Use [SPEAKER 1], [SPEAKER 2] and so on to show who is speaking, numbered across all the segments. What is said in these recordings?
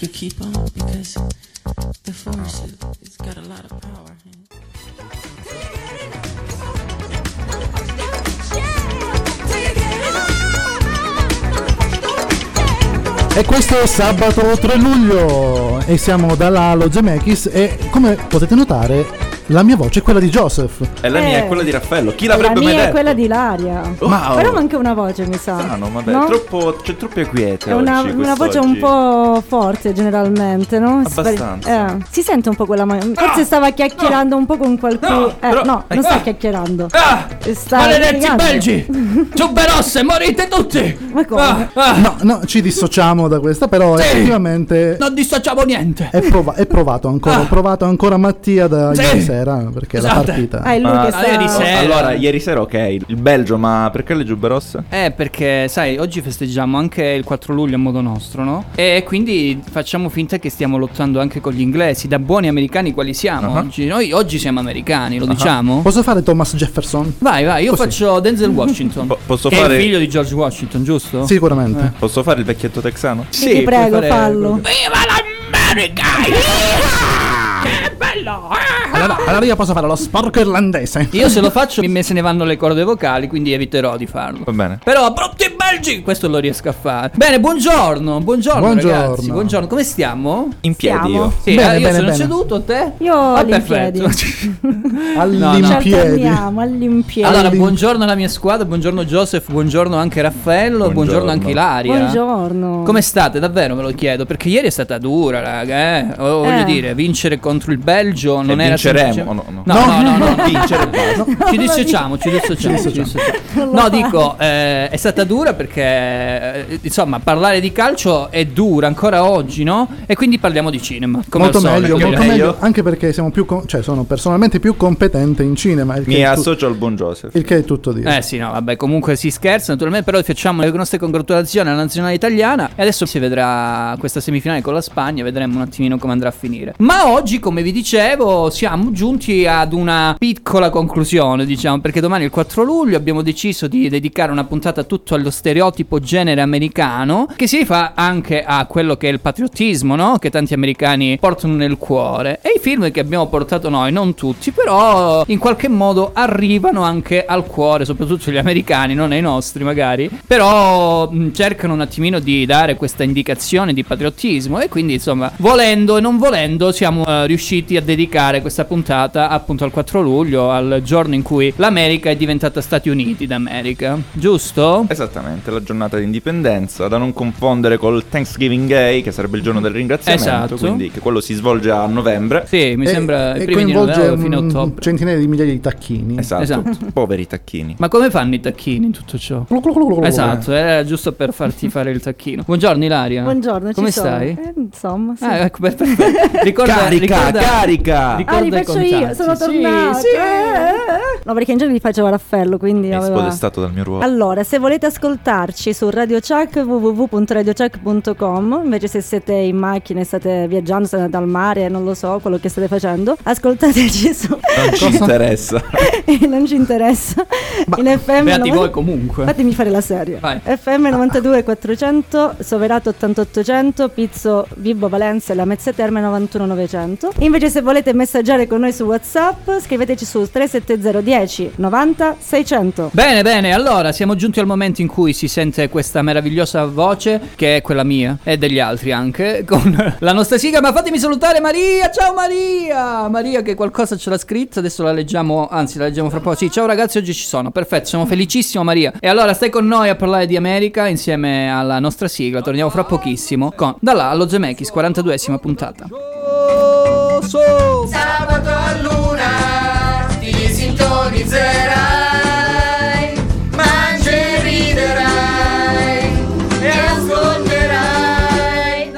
[SPEAKER 1] you keep on because the force is, it's got a lot of power.
[SPEAKER 2] E questo è sabato 3 luglio e siamo da Lalo Gemekis e come potete notare la mia voce è quella di Joseph.
[SPEAKER 3] E la mia è quella di Raffaello. Chi l'avrebbe
[SPEAKER 4] Eh. La
[SPEAKER 3] mai
[SPEAKER 4] mia è
[SPEAKER 3] detto?
[SPEAKER 4] quella di Ilaria.
[SPEAKER 3] Wow.
[SPEAKER 4] Però manca una voce, mi sa.
[SPEAKER 3] Strano, Ah, vabbè,
[SPEAKER 4] No?
[SPEAKER 3] troppo, c'è troppe quiete
[SPEAKER 4] È una,
[SPEAKER 3] oggi,
[SPEAKER 4] una voce
[SPEAKER 3] quest'oggi.
[SPEAKER 4] un po' forte generalmente, no? Spari-
[SPEAKER 3] Abbastanza.
[SPEAKER 4] eh, si sente un po' quella ma- Forse stava chiacchierando un po' con qualcuno.
[SPEAKER 5] No,
[SPEAKER 4] eh,
[SPEAKER 5] però-
[SPEAKER 4] no,
[SPEAKER 5] eh,
[SPEAKER 4] non sta
[SPEAKER 5] ah!
[SPEAKER 4] chiacchierando.
[SPEAKER 5] Ah!
[SPEAKER 4] Sta
[SPEAKER 5] Maledetti
[SPEAKER 4] litigando.
[SPEAKER 5] belgi! Giubbe rosse, morite tutti!
[SPEAKER 4] Ma come?
[SPEAKER 5] Ah, ah,
[SPEAKER 2] No, no, ci dissociamo da questa, però
[SPEAKER 5] Sì.
[SPEAKER 2] effettivamente
[SPEAKER 5] Non dissociamo niente!
[SPEAKER 2] è, prova- è provato ancora. Ho provato ancora Mattia da
[SPEAKER 5] Sì.
[SPEAKER 2] ieri sera perché la
[SPEAKER 5] Scusate.
[SPEAKER 2] partita.
[SPEAKER 4] Ah, è lui
[SPEAKER 3] Ma-
[SPEAKER 4] che
[SPEAKER 3] Ah,
[SPEAKER 4] sta...
[SPEAKER 5] ieri sera- Eh,
[SPEAKER 3] allora,
[SPEAKER 5] eh.
[SPEAKER 3] ieri sera, ok, il Belgio, ma perché le giubbe rosse?
[SPEAKER 6] Eh, perché sai, oggi festeggiamo anche il 4 luglio a modo nostro, no? E quindi facciamo finta che stiamo lottando anche con gli inglesi, da buoni americani quali siamo
[SPEAKER 3] Ah.
[SPEAKER 6] oggi. Noi oggi siamo americani, lo diciamo?
[SPEAKER 2] Posso fare Thomas Jefferson?
[SPEAKER 6] Vai, vai, io
[SPEAKER 2] Così.
[SPEAKER 6] faccio Denzel Washington.
[SPEAKER 3] Po- posso
[SPEAKER 6] che è
[SPEAKER 3] fare-
[SPEAKER 6] il figlio di George Washington, giusto?
[SPEAKER 2] Sicuramente.
[SPEAKER 3] Posso fare il vecchietto texano?
[SPEAKER 4] Sì, ti prego,
[SPEAKER 6] puoi fare
[SPEAKER 4] fallo.
[SPEAKER 2] Allora, allora io posso fare lo sporco irlandese.
[SPEAKER 6] Io se lo faccio mi- se ne vanno le corde vocali, quindi eviterò di farlo.
[SPEAKER 3] Va bene.
[SPEAKER 6] Però brutti belgi, questo lo riesco a fare. Bene, buongiorno, buongiorno,
[SPEAKER 2] Buongiorno.
[SPEAKER 6] ragazzi. Buongiorno, come stiamo?
[SPEAKER 3] In piedi
[SPEAKER 4] Siamo.
[SPEAKER 3] io.
[SPEAKER 6] Sì,
[SPEAKER 2] Bene,
[SPEAKER 6] eh, io
[SPEAKER 2] bene,
[SPEAKER 6] sono
[SPEAKER 2] bene.
[SPEAKER 6] seduto, te?
[SPEAKER 4] Io
[SPEAKER 6] Ah,
[SPEAKER 4] all'impiedi.
[SPEAKER 6] perfetto.
[SPEAKER 2] All'impiedi.
[SPEAKER 4] Ci alterniamo all'impiedi.
[SPEAKER 6] Allora,
[SPEAKER 2] All'in-
[SPEAKER 6] buongiorno alla mia squadra, buongiorno Joseph, buongiorno anche Raffaello, buongiorno,
[SPEAKER 3] Buongiorno.
[SPEAKER 6] anche Ilaria.
[SPEAKER 4] Buongiorno.
[SPEAKER 6] Come state? Davvero me lo chiedo, perché ieri è stata dura, raga, eh. Oh, Voglio
[SPEAKER 4] Eh.
[SPEAKER 6] dire, vincere contro il Belgio non era
[SPEAKER 3] vinceremo,
[SPEAKER 6] semplice-
[SPEAKER 3] no, no.
[SPEAKER 6] no, no, no, no.
[SPEAKER 3] Vincere basta.
[SPEAKER 6] Ci dissociamo, ci dissociamo, ci dissociamo. No, dico, eh, è stata dura perché, eh, insomma, parlare di calcio è dura ancora oggi, no? E quindi parliamo di cinema. Come
[SPEAKER 2] molto
[SPEAKER 6] al solito,
[SPEAKER 2] meglio, molto
[SPEAKER 6] direi.
[SPEAKER 2] meglio, anche perché siamo più con- cioè sono personalmente più competente in cinema, il che,
[SPEAKER 3] Mi
[SPEAKER 2] è, tu-
[SPEAKER 3] associo al buon Joseph.
[SPEAKER 2] il che è tutto dire.
[SPEAKER 6] Eh sì, no, vabbè, comunque si scherza, naturalmente, però facciamo le nostre congratulazioni alla nazionale italiana e adesso si vedrà questa semifinale con la Spagna, vedremo un attimino come andrà a finire. Ma oggi, come vi dicevo, siamo giunti ad una piccola conclusione, diciamo, perché domani è il 4 luglio abbiamo deciso di dedicare una puntata tutto allo stereotipo genere americano, che si rifà anche a quello che è il patriottismo, no? Che tanti americani portano nel cuore. E i film che abbiamo portato noi, non tutti, però in qualche modo arrivano anche al cuore, soprattutto gli americani, non ai nostri magari. Però mh, cercano un attimino di dare questa indicazione di patriottismo e quindi insomma, volendo e non volendo, siamo eh, riusciti a dedicare questa puntata appunto al 4 luglio, al giorno in cui l'America è diventata Stati Uniti d'America, giusto?
[SPEAKER 3] Esattamente, la giornata di indipendenza, da non confondere col Thanksgiving Day, che sarebbe il giorno del ringraziamento,
[SPEAKER 6] Esatto.
[SPEAKER 3] quindi che quello si svolge a novembre.
[SPEAKER 6] Sì, mi
[SPEAKER 2] E-
[SPEAKER 6] sembra i
[SPEAKER 2] e
[SPEAKER 6] primi di novembre,
[SPEAKER 2] mm,
[SPEAKER 6] fine ottobre.
[SPEAKER 2] centinaia di migliaia di tacchini.
[SPEAKER 3] Esatto,
[SPEAKER 6] Esatto.
[SPEAKER 3] poveri tacchini.
[SPEAKER 6] Ma come fanno i tacchini in tutto ciò?
[SPEAKER 2] Clu, clu, clu, clu, clu.
[SPEAKER 6] Esatto, era giusto per farti fare il tacchino. Buongiorno Ilaria.
[SPEAKER 4] Buongiorno, ci
[SPEAKER 6] Come
[SPEAKER 4] sono.
[SPEAKER 6] stai?
[SPEAKER 4] Eh, insomma, sì.
[SPEAKER 6] Ah, ecco, per- perfetto. Ricorda,
[SPEAKER 3] carica,
[SPEAKER 6] ricorda-
[SPEAKER 3] carica!
[SPEAKER 6] ricorda
[SPEAKER 4] Ah, li
[SPEAKER 6] i
[SPEAKER 4] faccio io,
[SPEAKER 6] contatti.
[SPEAKER 4] sono
[SPEAKER 6] Sì,
[SPEAKER 4] tornato. Eh,
[SPEAKER 6] sì.
[SPEAKER 4] No, perché in genere li facevo a Raffaello, quindi
[SPEAKER 3] Mi
[SPEAKER 4] aveva...
[SPEAKER 3] spodestato dal
[SPEAKER 6] Ecco.
[SPEAKER 3] mio ruolo.
[SPEAKER 4] Allora, se volete ascoltarci su Radio Chuck www.radiochuck.com, invece se siete in macchina, e state viaggiando, state andando al mare, non lo so, quello che state facendo, ascoltateci su
[SPEAKER 3] Non ci interessa.
[SPEAKER 4] non ci interessa. in FM
[SPEAKER 6] Beati
[SPEAKER 4] 90
[SPEAKER 6] voi comunque.
[SPEAKER 4] Fatemi fare la serie.
[SPEAKER 6] Vai.
[SPEAKER 4] FM 92 400, Soverato 8800, Pizzo Vibo Valencia e la Mezza Terme 91 900. Invece se volete messaggiare con noi su WhatsApp, scriveteci su 370 10 90 600.
[SPEAKER 6] Bene, bene, allora siamo giunti al momento in cui si sente questa meravigliosa voce, che è quella mia e degli altri anche, con la nostra sigla. Ma fatemi salutare Maria, ciao Maria! Maria che qualcosa ce l'ha scritta, adesso la leggiamo, anzi la leggiamo fra poco. Sì, ciao ragazzi, oggi ci sono, perfetto, siamo felicissimo Maria. E allora stai con noi a parlare di America insieme alla nostra sigla, torniamo fra pochissimo con Da là allo Zemeckis, 42esima puntata.
[SPEAKER 7] Sabato a luna ti sintonizzerai, mangi e riderai e ascolterai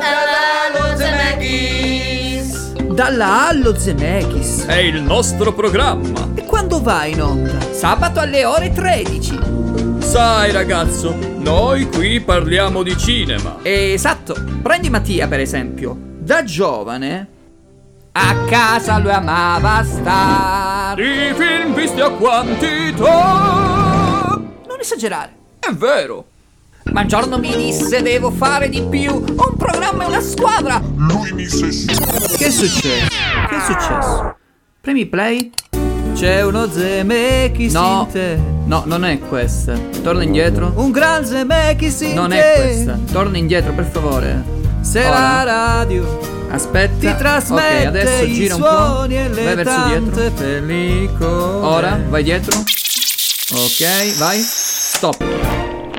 [SPEAKER 7] Dalalo Zemeckis.
[SPEAKER 8] Dalla Allo Zemeckis.
[SPEAKER 5] È il nostro programma.
[SPEAKER 8] E quando va in onda? Sabato alle ore 13.
[SPEAKER 5] Sai ragazzo, noi qui parliamo di cinema.
[SPEAKER 8] Eh, esatto. Prendi Mattia, per esempio. Da giovane. A casa lui amava star.
[SPEAKER 5] Di film visti a quantità.
[SPEAKER 8] Non esagerare.
[SPEAKER 5] È vero.
[SPEAKER 8] Ma un giorno mi disse devo fare di più. Ho un programma e una squadra! Che è successo? Che è successo? Premi play.
[SPEAKER 6] C'è uno Zemeckis
[SPEAKER 8] No,
[SPEAKER 6] in te.
[SPEAKER 8] no, non è questa. Torna indietro.
[SPEAKER 6] Un gran Zemeckis in
[SPEAKER 8] Non
[SPEAKER 6] te.
[SPEAKER 8] è questa. Torna indietro, per favore.
[SPEAKER 6] Se
[SPEAKER 8] Ora.
[SPEAKER 6] la radio
[SPEAKER 8] Aspetta.
[SPEAKER 6] ti trasmette
[SPEAKER 8] Ok, adesso
[SPEAKER 6] i
[SPEAKER 8] gira un po'.
[SPEAKER 6] suoni e le
[SPEAKER 8] Vai verso dietro.
[SPEAKER 6] tante pellicole.
[SPEAKER 8] Ora, vai dietro. Ok, vai. Stop.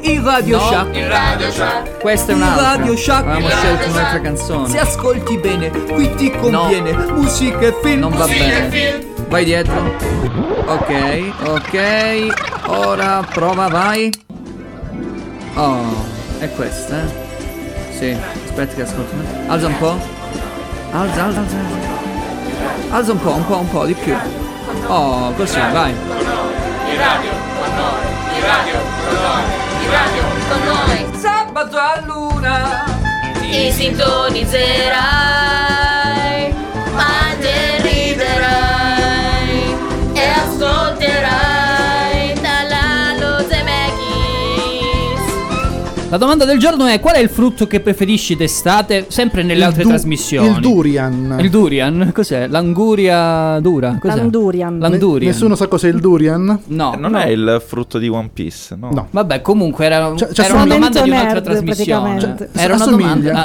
[SPEAKER 6] il Radio
[SPEAKER 8] No,
[SPEAKER 6] Shack.
[SPEAKER 8] il Radio Shack. Questa è un'altra.
[SPEAKER 6] Radio Shack.
[SPEAKER 8] Abbiamo
[SPEAKER 6] Il Radio
[SPEAKER 8] scelto un'altra canzone.
[SPEAKER 6] Se ascolti bene, qui ti conviene. Musica e film.
[SPEAKER 8] Non va bene. Vai dietro. Ok, ok. Ora prova, vai. Oh, è questa, eh? Sì, aspetta che ascolti. Alza un po'. Alza, alza, alza. alza. Alza un po', un po', un po' di più. Oh, così, vai. Sabato a luna.
[SPEAKER 7] Ti sintonizzerai, mangerriderai e ascolterai dalla Lozemekis.
[SPEAKER 6] La domanda del giorno è: qual è il frutto che preferisci d'estate? Sempre nelle altre
[SPEAKER 2] du-
[SPEAKER 6] trasmissioni.
[SPEAKER 2] Il durian.
[SPEAKER 6] Il durian? Cos'è? L'anguria dura? Cos'è?
[SPEAKER 4] L'andurian.
[SPEAKER 2] Ne-
[SPEAKER 6] L'andurian.
[SPEAKER 2] Nessuno sa cos'è il durian?
[SPEAKER 6] No.
[SPEAKER 3] Non è il frutto di One Piece, no?
[SPEAKER 2] No.
[SPEAKER 6] Vabbè, comunque era,
[SPEAKER 2] Cioè, cioè,
[SPEAKER 6] era una
[SPEAKER 2] sono-
[SPEAKER 6] domanda di un'altra
[SPEAKER 4] Nerd,
[SPEAKER 6] trasmissione.
[SPEAKER 4] praticamente.
[SPEAKER 6] era una
[SPEAKER 2] assomiglia,
[SPEAKER 6] domanda. ah,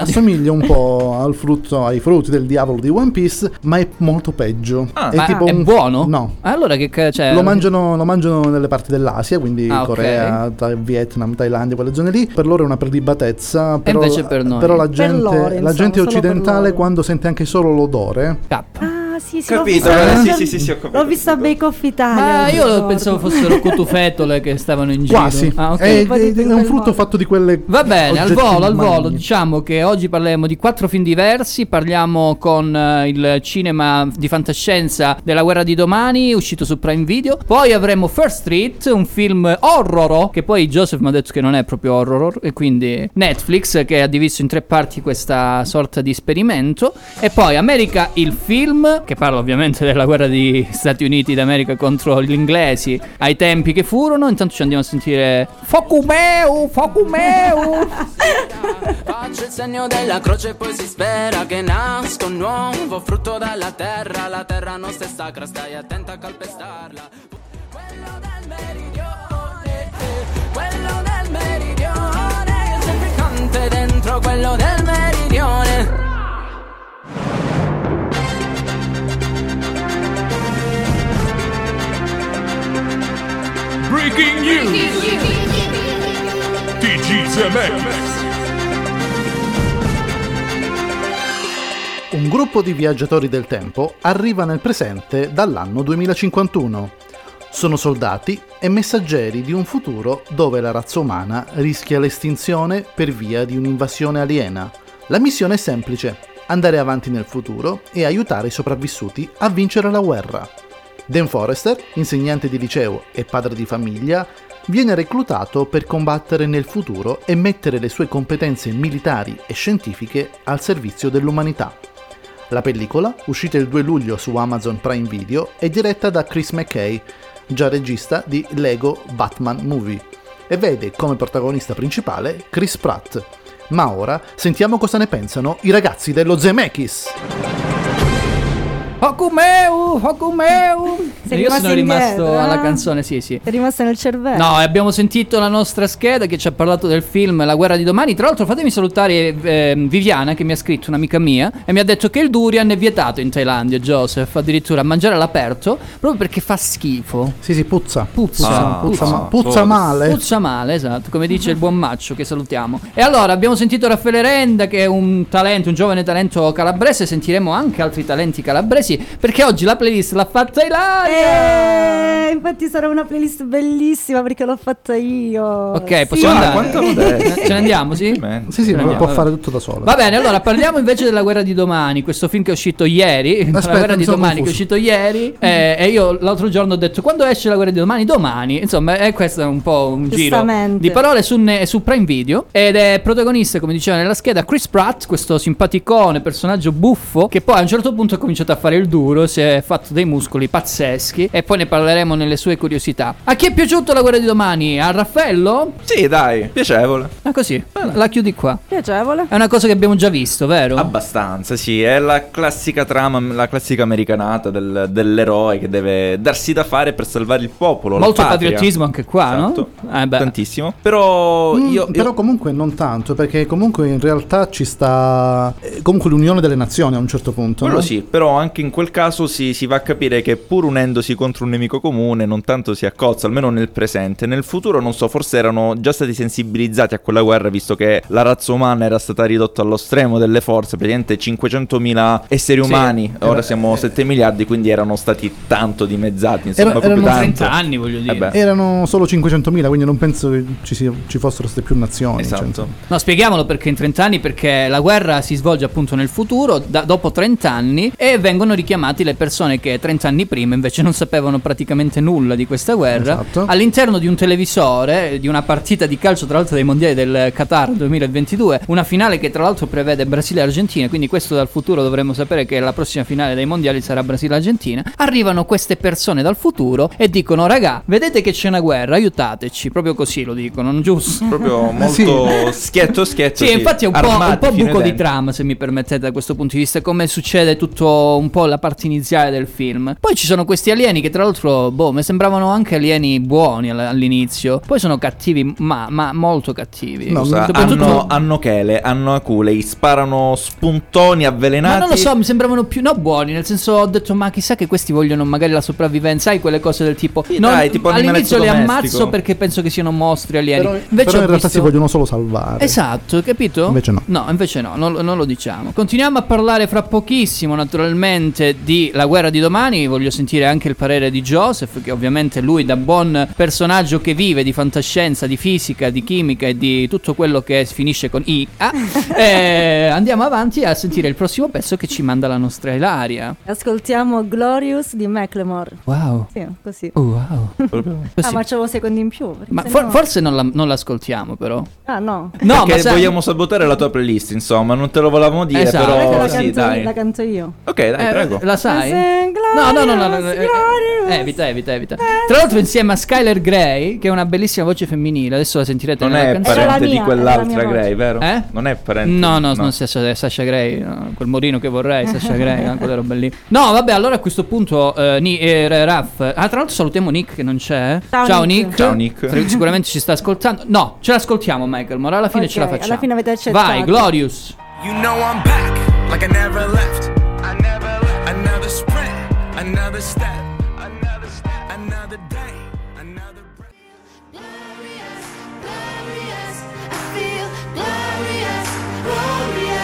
[SPEAKER 2] assomiglia un po' al frutto, ai frutti del diavolo di One Piece, ma è molto peggio.
[SPEAKER 3] Ah,
[SPEAKER 6] ma
[SPEAKER 2] tipo
[SPEAKER 6] è
[SPEAKER 2] un-
[SPEAKER 6] buono?
[SPEAKER 2] No.
[SPEAKER 6] Ah, Allora che ca- cioè,
[SPEAKER 2] Lo mangiano, lo mangiano nelle parti dell'Asia, quindi
[SPEAKER 6] Ah, ok.
[SPEAKER 2] Corea, Tha- Vietnam, Thailandia, quelle zone lì. Per loro è una prelibatezza. Però, eh,
[SPEAKER 6] invece per noi?
[SPEAKER 2] però la
[SPEAKER 4] Per
[SPEAKER 2] gente,
[SPEAKER 4] loro,
[SPEAKER 2] la
[SPEAKER 4] insomma,
[SPEAKER 2] gente
[SPEAKER 4] solo per
[SPEAKER 2] occidentale,
[SPEAKER 4] loro.
[SPEAKER 2] quando sente anche solo l'odore,
[SPEAKER 6] K.
[SPEAKER 4] Ah, sì, sì.
[SPEAKER 3] Capito,
[SPEAKER 4] l'ho
[SPEAKER 3] eh,
[SPEAKER 4] vista,
[SPEAKER 3] sì, sì, sì, sì, ho capito,
[SPEAKER 4] L'ho vista a
[SPEAKER 3] capito.
[SPEAKER 4] Bake Off Italia.
[SPEAKER 6] Ah,
[SPEAKER 4] mi
[SPEAKER 6] io
[SPEAKER 4] ricordo.
[SPEAKER 6] pensavo fossero cotufetole che stavano in giro.
[SPEAKER 2] quasi.
[SPEAKER 6] Ah, ok.
[SPEAKER 2] È-
[SPEAKER 4] Un po' di
[SPEAKER 2] è, è un
[SPEAKER 4] tutto il
[SPEAKER 2] frutto
[SPEAKER 4] mondo.
[SPEAKER 2] fatto di quelle.
[SPEAKER 6] Va bene, al
[SPEAKER 2] oggetti
[SPEAKER 6] volo, al volo,
[SPEAKER 2] magni.
[SPEAKER 6] diciamo che oggi parleremo di quattro film diversi, parliamo con eh, il cinema di fantascienza della guerra di domani, uscito su Prime Video, poi avremo First Street, un film horror, che poi Joseph mi ha detto che non è proprio horror, e quindi Netflix eh, che ha diviso in tre parti questa sorta di esperimento, e poi America il film, che parla ovviamente della guerra degli Stati Uniti d'America contro gli inglesi ai tempi che furono, intanto ci andiamo a sentire Focumeu, Focumeu!
[SPEAKER 9] Faccio il segno della croce e poi si spera che nasca un nuovo frutto dalla terra. La terra nostra è sacra, stai attenta a calpestarla. Quello del meridione, eh, quello del meridione, c'è piccante dentro quello del meridione.
[SPEAKER 5] Breaking news. TG Zemeckis.
[SPEAKER 2] Un gruppo di viaggiatori del tempo arriva nel presente dall'anno 2051. Sono soldati e messaggeri di un futuro dove la razza umana rischia l'estinzione per via di un'invasione aliena. La missione è semplice, andare avanti nel futuro e aiutare i sopravvissuti a vincere la guerra. Dan Forrester, insegnante di liceo e padre di famiglia, viene reclutato per combattere nel futuro e mettere le sue competenze militari e scientifiche al servizio dell'umanità. La pellicola, uscita il 2 luglio su Amazon Prime Video, è diretta da Chris McKay, già regista di Lego Batman Movie, e vede come protagonista principale Chris Pratt. Ma ora sentiamo cosa ne pensano i ragazzi dello Zemeckis.
[SPEAKER 6] Hokumeu, Hokumeu.
[SPEAKER 4] Sei
[SPEAKER 6] Io
[SPEAKER 4] rimasto
[SPEAKER 6] sono rimasto
[SPEAKER 4] indietro,
[SPEAKER 6] alla
[SPEAKER 4] eh?
[SPEAKER 6] canzone, sì, sì.
[SPEAKER 4] È rimasta nel cervello.
[SPEAKER 6] No, e abbiamo sentito la nostra scheda che ci ha parlato del film La guerra di domani. Tra l'altro, fatemi salutare ehm, Viviana che mi ha scritto, un'amica mia, e mi ha detto che il durian è vietato in Thailandia, Joseph, addirittura a mangiare all'aperto, proprio perché fa schifo.
[SPEAKER 2] Sì, sì, puzza.
[SPEAKER 6] Puzza.
[SPEAKER 3] Ah,
[SPEAKER 2] puzza,
[SPEAKER 3] ah,
[SPEAKER 2] ma- puzza
[SPEAKER 3] forse.
[SPEAKER 2] male.
[SPEAKER 6] Puzza male, esatto, come dice il buon Maccio che salutiamo. E allora abbiamo sentito Raffaele Renda che è un talento, un giovane talento calabrese, sentiremo anche altri talenti calabresi perché oggi la playlist l'ha fatta Ilaria.
[SPEAKER 4] Eh, infatti sarà una playlist bellissima perché l'ho fatta io.
[SPEAKER 6] Ok,
[SPEAKER 4] Sì.
[SPEAKER 6] possiamo
[SPEAKER 3] Guarda,
[SPEAKER 6] andare.
[SPEAKER 3] quanto modesta.
[SPEAKER 6] Ce ne andiamo, sì?
[SPEAKER 3] Complimenti.
[SPEAKER 2] Sì, sì,
[SPEAKER 6] Andiamo,
[SPEAKER 2] può
[SPEAKER 3] eh,
[SPEAKER 6] vabbè.
[SPEAKER 2] fare tutto da solo.
[SPEAKER 6] Va bene, allora parliamo invece della guerra di domani, questo film che è uscito ieri, la
[SPEAKER 2] Aspetta,
[SPEAKER 6] guerra
[SPEAKER 2] mi
[SPEAKER 6] di
[SPEAKER 2] sono
[SPEAKER 6] domani che è
[SPEAKER 2] confuso.
[SPEAKER 6] uscito ieri eh, e io l'altro giorno ho detto quando esce la guerra di domani? Domani, insomma è questo è un po' un giro
[SPEAKER 4] Giustamente.
[SPEAKER 6] di parole su, ne- su Prime Video ed è protagonista come diceva nella scheda Chris Pratt, questo simpaticone, personaggio buffo che poi a un certo punto ha cominciato a fare il duro, si è fatto dei muscoli pazzeschi tedeschi e poi ne parleremo nelle sue curiosità. A chi è piaciuto la guerra di domani? A Raffaello?
[SPEAKER 3] Sì, dai, piacevole.
[SPEAKER 6] Ah, così, la chiudi qua.
[SPEAKER 4] Piacevole.
[SPEAKER 6] È una cosa che abbiamo già visto, vero?
[SPEAKER 3] Abbastanza, sì, è la classica trama, la classica americanata del- dell'eroe che deve darsi da fare per salvare il popolo. la
[SPEAKER 6] Molto
[SPEAKER 3] patria.
[SPEAKER 6] patriottismo anche qua,
[SPEAKER 3] Esatto.
[SPEAKER 6] no? Eh beh.
[SPEAKER 3] Tantissimo. Però
[SPEAKER 2] Mm,
[SPEAKER 3] io, io-
[SPEAKER 2] Però comunque non tanto, perché comunque in realtà ci sta eh, comunque l'unione delle nazioni a un certo
[SPEAKER 6] Esatto,
[SPEAKER 2] punto.
[SPEAKER 3] Quello
[SPEAKER 2] no?
[SPEAKER 3] sì, però anche in quel caso si, si va a capire che pur unendosi contro un nemico comune non tanto si accolza, almeno nel presente. Nel futuro, non so, forse erano già stati sensibilizzati a quella guerra, visto che la razza umana era stata ridotta allo stremo delle forze, praticamente 500.000 esseri
[SPEAKER 6] Sì.
[SPEAKER 3] umani, ora siamo 7 miliardi, quindi erano stati tanto dimezzati, insomma,
[SPEAKER 2] Era-
[SPEAKER 3] proprio
[SPEAKER 2] erano
[SPEAKER 3] tanto.
[SPEAKER 6] 30 anni, voglio dire.
[SPEAKER 3] Eh beh.
[SPEAKER 2] Erano solo 500.000, quindi non penso che ci, sia- ci fossero state più nazioni.
[SPEAKER 3] Esatto.
[SPEAKER 2] cioè.
[SPEAKER 6] No, spieghiamolo perché in 30 anni, perché la guerra si svolge appunto nel futuro, da- dopo 30 anni, e vengono richiamati le persone che 30 anni prima invece non sapevano praticamente nulla di questa guerra.
[SPEAKER 2] Esatto.
[SPEAKER 6] All'interno di un televisore, eh, di una partita di calcio, tra l'altro dei mondiali del Qatar 2022, una finale che tra l'altro prevede Brasile e Argentina, quindi questo dal futuro dovremmo sapere che la prossima finale dei mondiali sarà Brasile e Argentina, arrivano queste persone dal futuro e dicono raga, vedete che c'è una guerra, aiutateci, proprio così lo dicono, giusto?
[SPEAKER 3] Proprio molto schietto schietto.
[SPEAKER 6] Sì, infatti è un po',
[SPEAKER 3] armati
[SPEAKER 6] un po'
[SPEAKER 3] fino ai
[SPEAKER 6] buco di
[SPEAKER 3] denti.
[SPEAKER 6] trama, se mi permettete, da questo punto di vista, come succede tutto un po' la parte iniziale del film. Poi ci sono questi alieni che, tra l'altro, boh, mi sembravano anche alieni buoni all- all'inizio. Poi sono cattivi, ma, ma molto cattivi.
[SPEAKER 2] No,
[SPEAKER 3] Scusa,
[SPEAKER 6] Soprattutto-
[SPEAKER 3] hanno, hanno chele, hanno aculei, sparano spuntoni avvelenati.
[SPEAKER 6] Ma non lo so, mi sembravano più no buoni, nel senso ho detto ma chissà che questi vogliono magari la sopravvivenza, sai quelle cose del tipo
[SPEAKER 3] Sì,
[SPEAKER 6] no,
[SPEAKER 3] dai, tipo
[SPEAKER 6] all'inizio
[SPEAKER 3] animaletto
[SPEAKER 6] li
[SPEAKER 3] domestico.
[SPEAKER 6] ammazzo perché penso che siano mostri alieni.
[SPEAKER 2] Però,
[SPEAKER 6] Invece
[SPEAKER 2] però
[SPEAKER 6] ho
[SPEAKER 2] in realtà si
[SPEAKER 6] visto-
[SPEAKER 2] vogliono solo salvare.
[SPEAKER 6] Esatto, hai capito?
[SPEAKER 2] Invece no.
[SPEAKER 6] No, invece no, non, non lo diciamo. Continuiamo a parlare fra pochissimo, naturalmente, di La guerra di domani. Voglio sentire anche il parere di Joseph, che ovviamente lui, da buon personaggio che vive di fantascienza, di fisica, di chimica e di tutto quello che finisce con I. ah, eh, andiamo avanti a sentire il prossimo pezzo che ci manda la nostra Ilaria.
[SPEAKER 4] Ascoltiamo Glorious di Macklemore.
[SPEAKER 6] Wow.
[SPEAKER 4] Sì, così.
[SPEAKER 6] Oh, wow.
[SPEAKER 4] Ah,
[SPEAKER 6] Così.
[SPEAKER 4] ma c'avevo secondi in più. perché
[SPEAKER 6] Ma
[SPEAKER 4] se
[SPEAKER 6] for-
[SPEAKER 4] no-
[SPEAKER 6] forse non, la- non l'ascoltiamo, però.
[SPEAKER 4] Ah, no.
[SPEAKER 6] No,
[SPEAKER 3] perché
[SPEAKER 6] ma sai-
[SPEAKER 3] vogliamo sabotare la tua playlist, insomma, non te lo volevamo dire,
[SPEAKER 6] Esatto.
[SPEAKER 4] Guarda che
[SPEAKER 3] però
[SPEAKER 4] la,
[SPEAKER 3] sì,
[SPEAKER 4] canto,
[SPEAKER 3] dai.
[SPEAKER 4] la canto io.
[SPEAKER 3] Ok, dai,
[SPEAKER 6] Eh,
[SPEAKER 3] prego.
[SPEAKER 6] La sai?
[SPEAKER 4] Sì,
[SPEAKER 6] No, no, no, no, no,
[SPEAKER 4] Glorious,
[SPEAKER 6] eh, eh,
[SPEAKER 4] Glorious.
[SPEAKER 6] evita, evita, evita.
[SPEAKER 4] Eh.
[SPEAKER 6] Tra l'altro insieme a Skylar Grey, che è una bellissima voce femminile, adesso la sentirete
[SPEAKER 3] Non
[SPEAKER 6] nella
[SPEAKER 3] è
[SPEAKER 6] canzone.
[SPEAKER 4] Era la
[SPEAKER 3] parente di
[SPEAKER 4] mia, era
[SPEAKER 3] quell'altra
[SPEAKER 4] la mia
[SPEAKER 3] Grey, vero?
[SPEAKER 6] Eh?
[SPEAKER 3] Non è parente.
[SPEAKER 6] No, no, non Sasha, Sasha Grey, no, quel morino che vorrei, Sasha Grey, no, quelle robe lì. No, vabbè, allora a questo punto, eh, Ni- eh, Raf, ah, tra l'altro salutiamo Nick che non c'è. eh?
[SPEAKER 4] Ciao, Nick.
[SPEAKER 3] Ciao, Nick.
[SPEAKER 6] Sicur- Sicuramente ci sta ascoltando. No, ce l'ascoltiamo, Michael, ma alla fine
[SPEAKER 4] Ok,
[SPEAKER 6] ce la facciamo.
[SPEAKER 4] alla fine avete accettato.
[SPEAKER 6] Vai, Glorious.
[SPEAKER 9] You know I'm back, like I never left. I never left. Another sprint, another step, another step, another day, another breath.
[SPEAKER 7] Glorious, glorious, I feel glorious, glorious.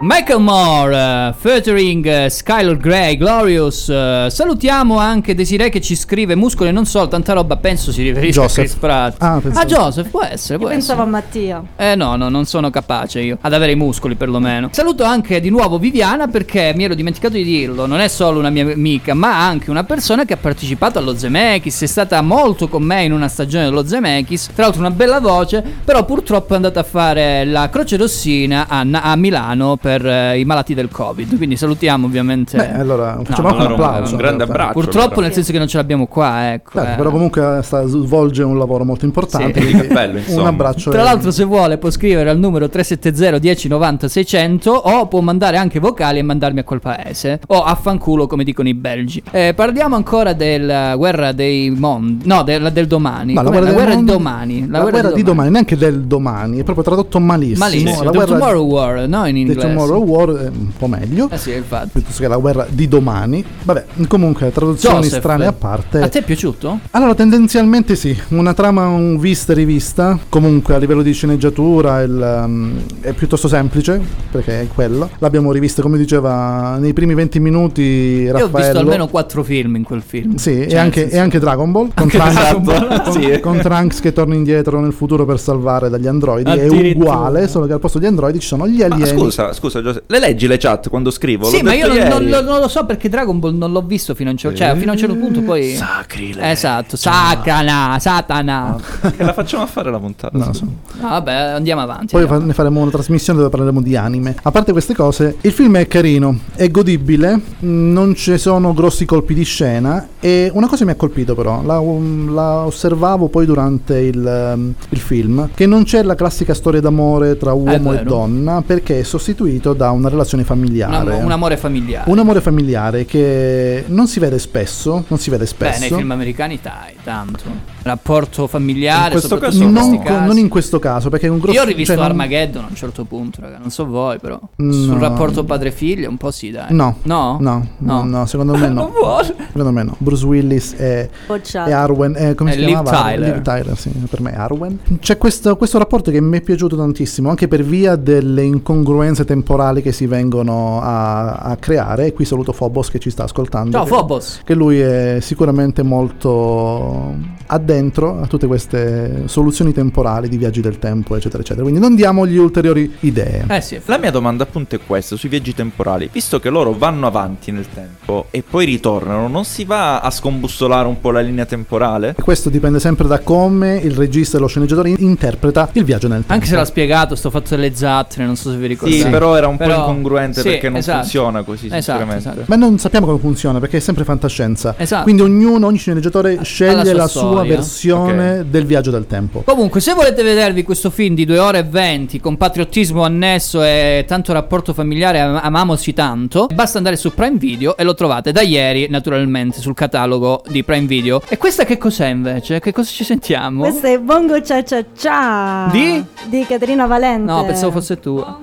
[SPEAKER 6] Michael Moore, eh, featuring eh, Skylar Grey, Glorious. eh, salutiamo anche Desiree che ci scrive Muscoli e non so, tanta roba penso si riferisca
[SPEAKER 2] Joseph.
[SPEAKER 6] a Chris Pratt.
[SPEAKER 2] Ah, pensavo.
[SPEAKER 6] a Joseph, può essere, può
[SPEAKER 4] Pensavo
[SPEAKER 6] essere.
[SPEAKER 4] a Mattia.
[SPEAKER 6] Eh no, no, non sono capace io ad avere i muscoli perlomeno. Saluto anche di nuovo Viviana perché mi ero dimenticato di dirlo, non è solo una mia amica, ma anche una persona che ha partecipato allo Zemeckis, è stata molto con me in una stagione dello Zemeckis, tra l'altro una bella voce, però purtroppo è andata a fare la Croce Rossina a, Na- a Milano per eh, i malati del Covid, quindi salutiamo ovviamente.
[SPEAKER 2] Beh, Eh, allora facciamo
[SPEAKER 6] no,
[SPEAKER 2] anche
[SPEAKER 3] no,
[SPEAKER 2] un
[SPEAKER 3] no,
[SPEAKER 2] applauso.
[SPEAKER 3] un grande
[SPEAKER 2] in realtà.
[SPEAKER 3] abbraccio.
[SPEAKER 6] Purtroppo
[SPEAKER 3] però.
[SPEAKER 6] nel senso che non ce l'abbiamo qua, ecco.
[SPEAKER 2] Certo,
[SPEAKER 6] eh.
[SPEAKER 2] però comunque sta- svolge un lavoro molto importante.
[SPEAKER 3] Sì,
[SPEAKER 2] quindi
[SPEAKER 3] di cappello,
[SPEAKER 2] un
[SPEAKER 3] insomma.
[SPEAKER 2] abbraccio.
[SPEAKER 6] Tra
[SPEAKER 2] e-
[SPEAKER 6] l'altro, se vuole, può scrivere al numero 370 10 90 600 o può mandare anche vocali e mandarmi a quel paese. O a fanculo, come dicono i belgi. Eh, parliamo ancora della guerra dei mondi. No, della- del domani.
[SPEAKER 2] No,
[SPEAKER 6] Com'è? la
[SPEAKER 2] dei
[SPEAKER 6] guerra di
[SPEAKER 2] mondi-
[SPEAKER 6] domani.
[SPEAKER 2] La, guerra, di domani. neanche del domani, è proprio tradotto malissimo.
[SPEAKER 6] Malissimo.
[SPEAKER 2] La
[SPEAKER 6] The
[SPEAKER 2] guerra
[SPEAKER 6] Tomorrow War, no? In
[SPEAKER 2] The
[SPEAKER 6] inglese.
[SPEAKER 2] Tomorrow War è un po' meglio.
[SPEAKER 6] Eh sì, infatti.
[SPEAKER 2] Piuttosto che la guerra di domani. Vabbè, comunque, traduzioni
[SPEAKER 6] Joseph,
[SPEAKER 2] strane a parte.
[SPEAKER 6] A te è piaciuto?
[SPEAKER 2] Allora, tendenzialmente sì, una trama un vista e rivista, comunque a livello di sceneggiatura il, um, è piuttosto semplice, perché è quello. L'abbiamo rivista, come diceva, nei primi 20 minuti Raffaello.
[SPEAKER 6] Io ho visto almeno quattro film in quel film.
[SPEAKER 2] Sì,
[SPEAKER 6] Cioè,
[SPEAKER 2] e, anche,
[SPEAKER 6] nel senso-
[SPEAKER 2] e anche Dragon Ball, con, Trunks,
[SPEAKER 3] Esatto,
[SPEAKER 2] con-
[SPEAKER 3] sì.
[SPEAKER 2] con Trunks che torna indietro nel futuro per salvare dagli androidi, è
[SPEAKER 6] Addirittura.
[SPEAKER 2] uguale, solo che al posto di androidi ci sono gli
[SPEAKER 3] Ma
[SPEAKER 2] alieni.
[SPEAKER 3] scusa, scusa, scusa, Giuseppe, le leggi le chat quando scrivo?
[SPEAKER 6] Sì,
[SPEAKER 3] L'ho
[SPEAKER 6] ma io
[SPEAKER 3] detto
[SPEAKER 6] non, non
[SPEAKER 3] ieri.
[SPEAKER 6] lo- non lo so perché Dragon Ball non l'ho visto fino a un certo, cioè, fino a un certo punto poi...
[SPEAKER 3] Sacrile.
[SPEAKER 6] Esatto, sacana, satana.
[SPEAKER 2] Ah.
[SPEAKER 3] Che la facciamo a fare la puntata?
[SPEAKER 2] Non lo so.
[SPEAKER 6] No, vabbè, andiamo avanti.
[SPEAKER 2] Poi
[SPEAKER 6] andiamo
[SPEAKER 2] fa- ne faremo una trasmissione dove parleremo di anime. A parte queste cose, il film è carino, è godibile, mh, non ci sono grossi colpi di scena. E una cosa mi ha colpito, però, la, um, la osservavo poi durante il, um, il film: che non c'è la classica storia d'amore tra uomo e
[SPEAKER 6] vero.
[SPEAKER 2] donna, perché è sostituito da una relazione
[SPEAKER 6] avanti.
[SPEAKER 2] familiare.
[SPEAKER 6] Un, am- un amore familiare.
[SPEAKER 2] Un amore familiare che non si vede spesso, non si vede
[SPEAKER 6] Beh,
[SPEAKER 2] spesso.
[SPEAKER 6] nei film americani dai, tanto. Rapporto familiare,
[SPEAKER 3] In questo
[SPEAKER 6] soprattutto
[SPEAKER 3] caso
[SPEAKER 6] in
[SPEAKER 3] no.
[SPEAKER 6] questi
[SPEAKER 2] non, co-
[SPEAKER 6] casi.
[SPEAKER 2] non in questo caso, perché è un grosso
[SPEAKER 6] Io ho rivisto
[SPEAKER 2] cioè, non-
[SPEAKER 6] Armageddon a un certo punto, raga, non so voi, però.
[SPEAKER 2] No.
[SPEAKER 6] Sul rapporto padre-figlio, un po' sì, dai.
[SPEAKER 2] No,
[SPEAKER 6] No?
[SPEAKER 2] no, no,
[SPEAKER 6] No.
[SPEAKER 2] no, secondo me no.
[SPEAKER 6] Non vuole.
[SPEAKER 2] Secondo me no. Bruce Willis e,
[SPEAKER 4] Bocciato.
[SPEAKER 2] e Arwen. eh, come
[SPEAKER 6] È
[SPEAKER 2] si
[SPEAKER 6] Liv
[SPEAKER 2] chiamava?
[SPEAKER 6] Tyler.
[SPEAKER 2] Liv Tyler, sì, per me è Arwen. C'è questo, questo rapporto che mi è piaciuto tantissimo, anche per via delle incongruenze temporali che si vengono a, a creare. E qui saluto Phobos che ci sta ascoltando.
[SPEAKER 6] Ciao,
[SPEAKER 2] che-
[SPEAKER 6] Phobos.
[SPEAKER 2] Che lui è sicuramente molto addentro a tutte queste soluzioni temporali di viaggi del tempo, eccetera, eccetera. Quindi non diamogli ulteriori idee.
[SPEAKER 6] Eh sì, è f-
[SPEAKER 3] La mia domanda appunto è questa, sui viaggi temporali. Visto che loro vanno avanti nel tempo e poi ritornano, non si va a scombussolare un po' la linea temporale?
[SPEAKER 2] E Questo dipende sempre da come il regista e lo sceneggiatore interpreta il viaggio nel tempo.
[SPEAKER 6] anche se l'ha spiegato, sto fatto delle zattere, non so se vi
[SPEAKER 3] Sì,
[SPEAKER 6] ricordate.
[SPEAKER 3] però era un po'
[SPEAKER 6] Però-
[SPEAKER 3] incongruente
[SPEAKER 6] sì,
[SPEAKER 3] perché non
[SPEAKER 6] esatto.
[SPEAKER 3] funziona così,
[SPEAKER 6] Esatto,
[SPEAKER 3] sinceramente.
[SPEAKER 6] esatto.
[SPEAKER 2] Ma non sappiamo come funziona perché è sempre fantascienza.
[SPEAKER 6] Esatto.
[SPEAKER 2] Quindi ognuno, ogni sceneggiatore
[SPEAKER 6] Ha- ha la
[SPEAKER 2] sceglie
[SPEAKER 6] sua
[SPEAKER 2] la sua
[SPEAKER 6] storia.
[SPEAKER 2] versione del viaggio del tempo.
[SPEAKER 6] Comunque, se volete vedervi questo film di 2 ore e 20 con patriottismo annesso e tanto rapporto familiare, am- amamosi tanto, basta andare su Prime Video e lo trovate da ieri, naturalmente, sul catalogo di Prime Video. E questa che cos'è invece? Che cosa ci sentiamo?
[SPEAKER 4] Questo è Bongo Cia Cia Cia
[SPEAKER 6] Di?
[SPEAKER 4] Di Caterina Valente
[SPEAKER 6] No, pensavo fosse tua.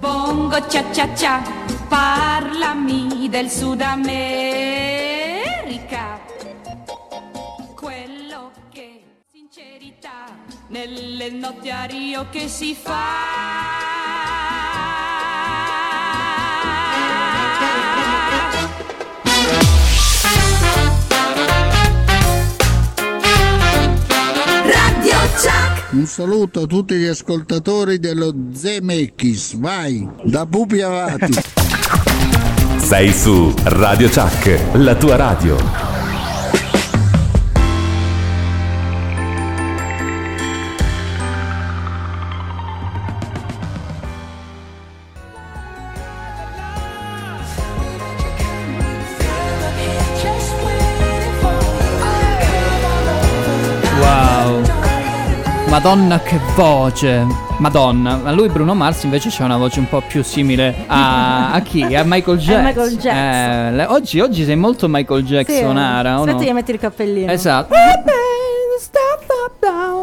[SPEAKER 7] Bongo cia cia cia, parlami del Sud America. Quello che sincerità nelle notti a Rio che si fa.
[SPEAKER 10] Un saluto a tutti gli ascoltatori dello Zemeckis, vai, da pupi avanti.
[SPEAKER 11] Sei su Radio Chuck, la tua radio.
[SPEAKER 6] Wow. Madonna che voce Madonna A lui Bruno Mars invece c'ha una voce un po' più simile a, a chi? A Michael Jackson
[SPEAKER 4] Michael Jackson.
[SPEAKER 6] Eh, le- oggi, oggi sei molto Michael
[SPEAKER 4] Sì,
[SPEAKER 6] Jacksonara o
[SPEAKER 4] Aspetta
[SPEAKER 6] no?
[SPEAKER 4] di mettere il cappellino
[SPEAKER 6] Esatto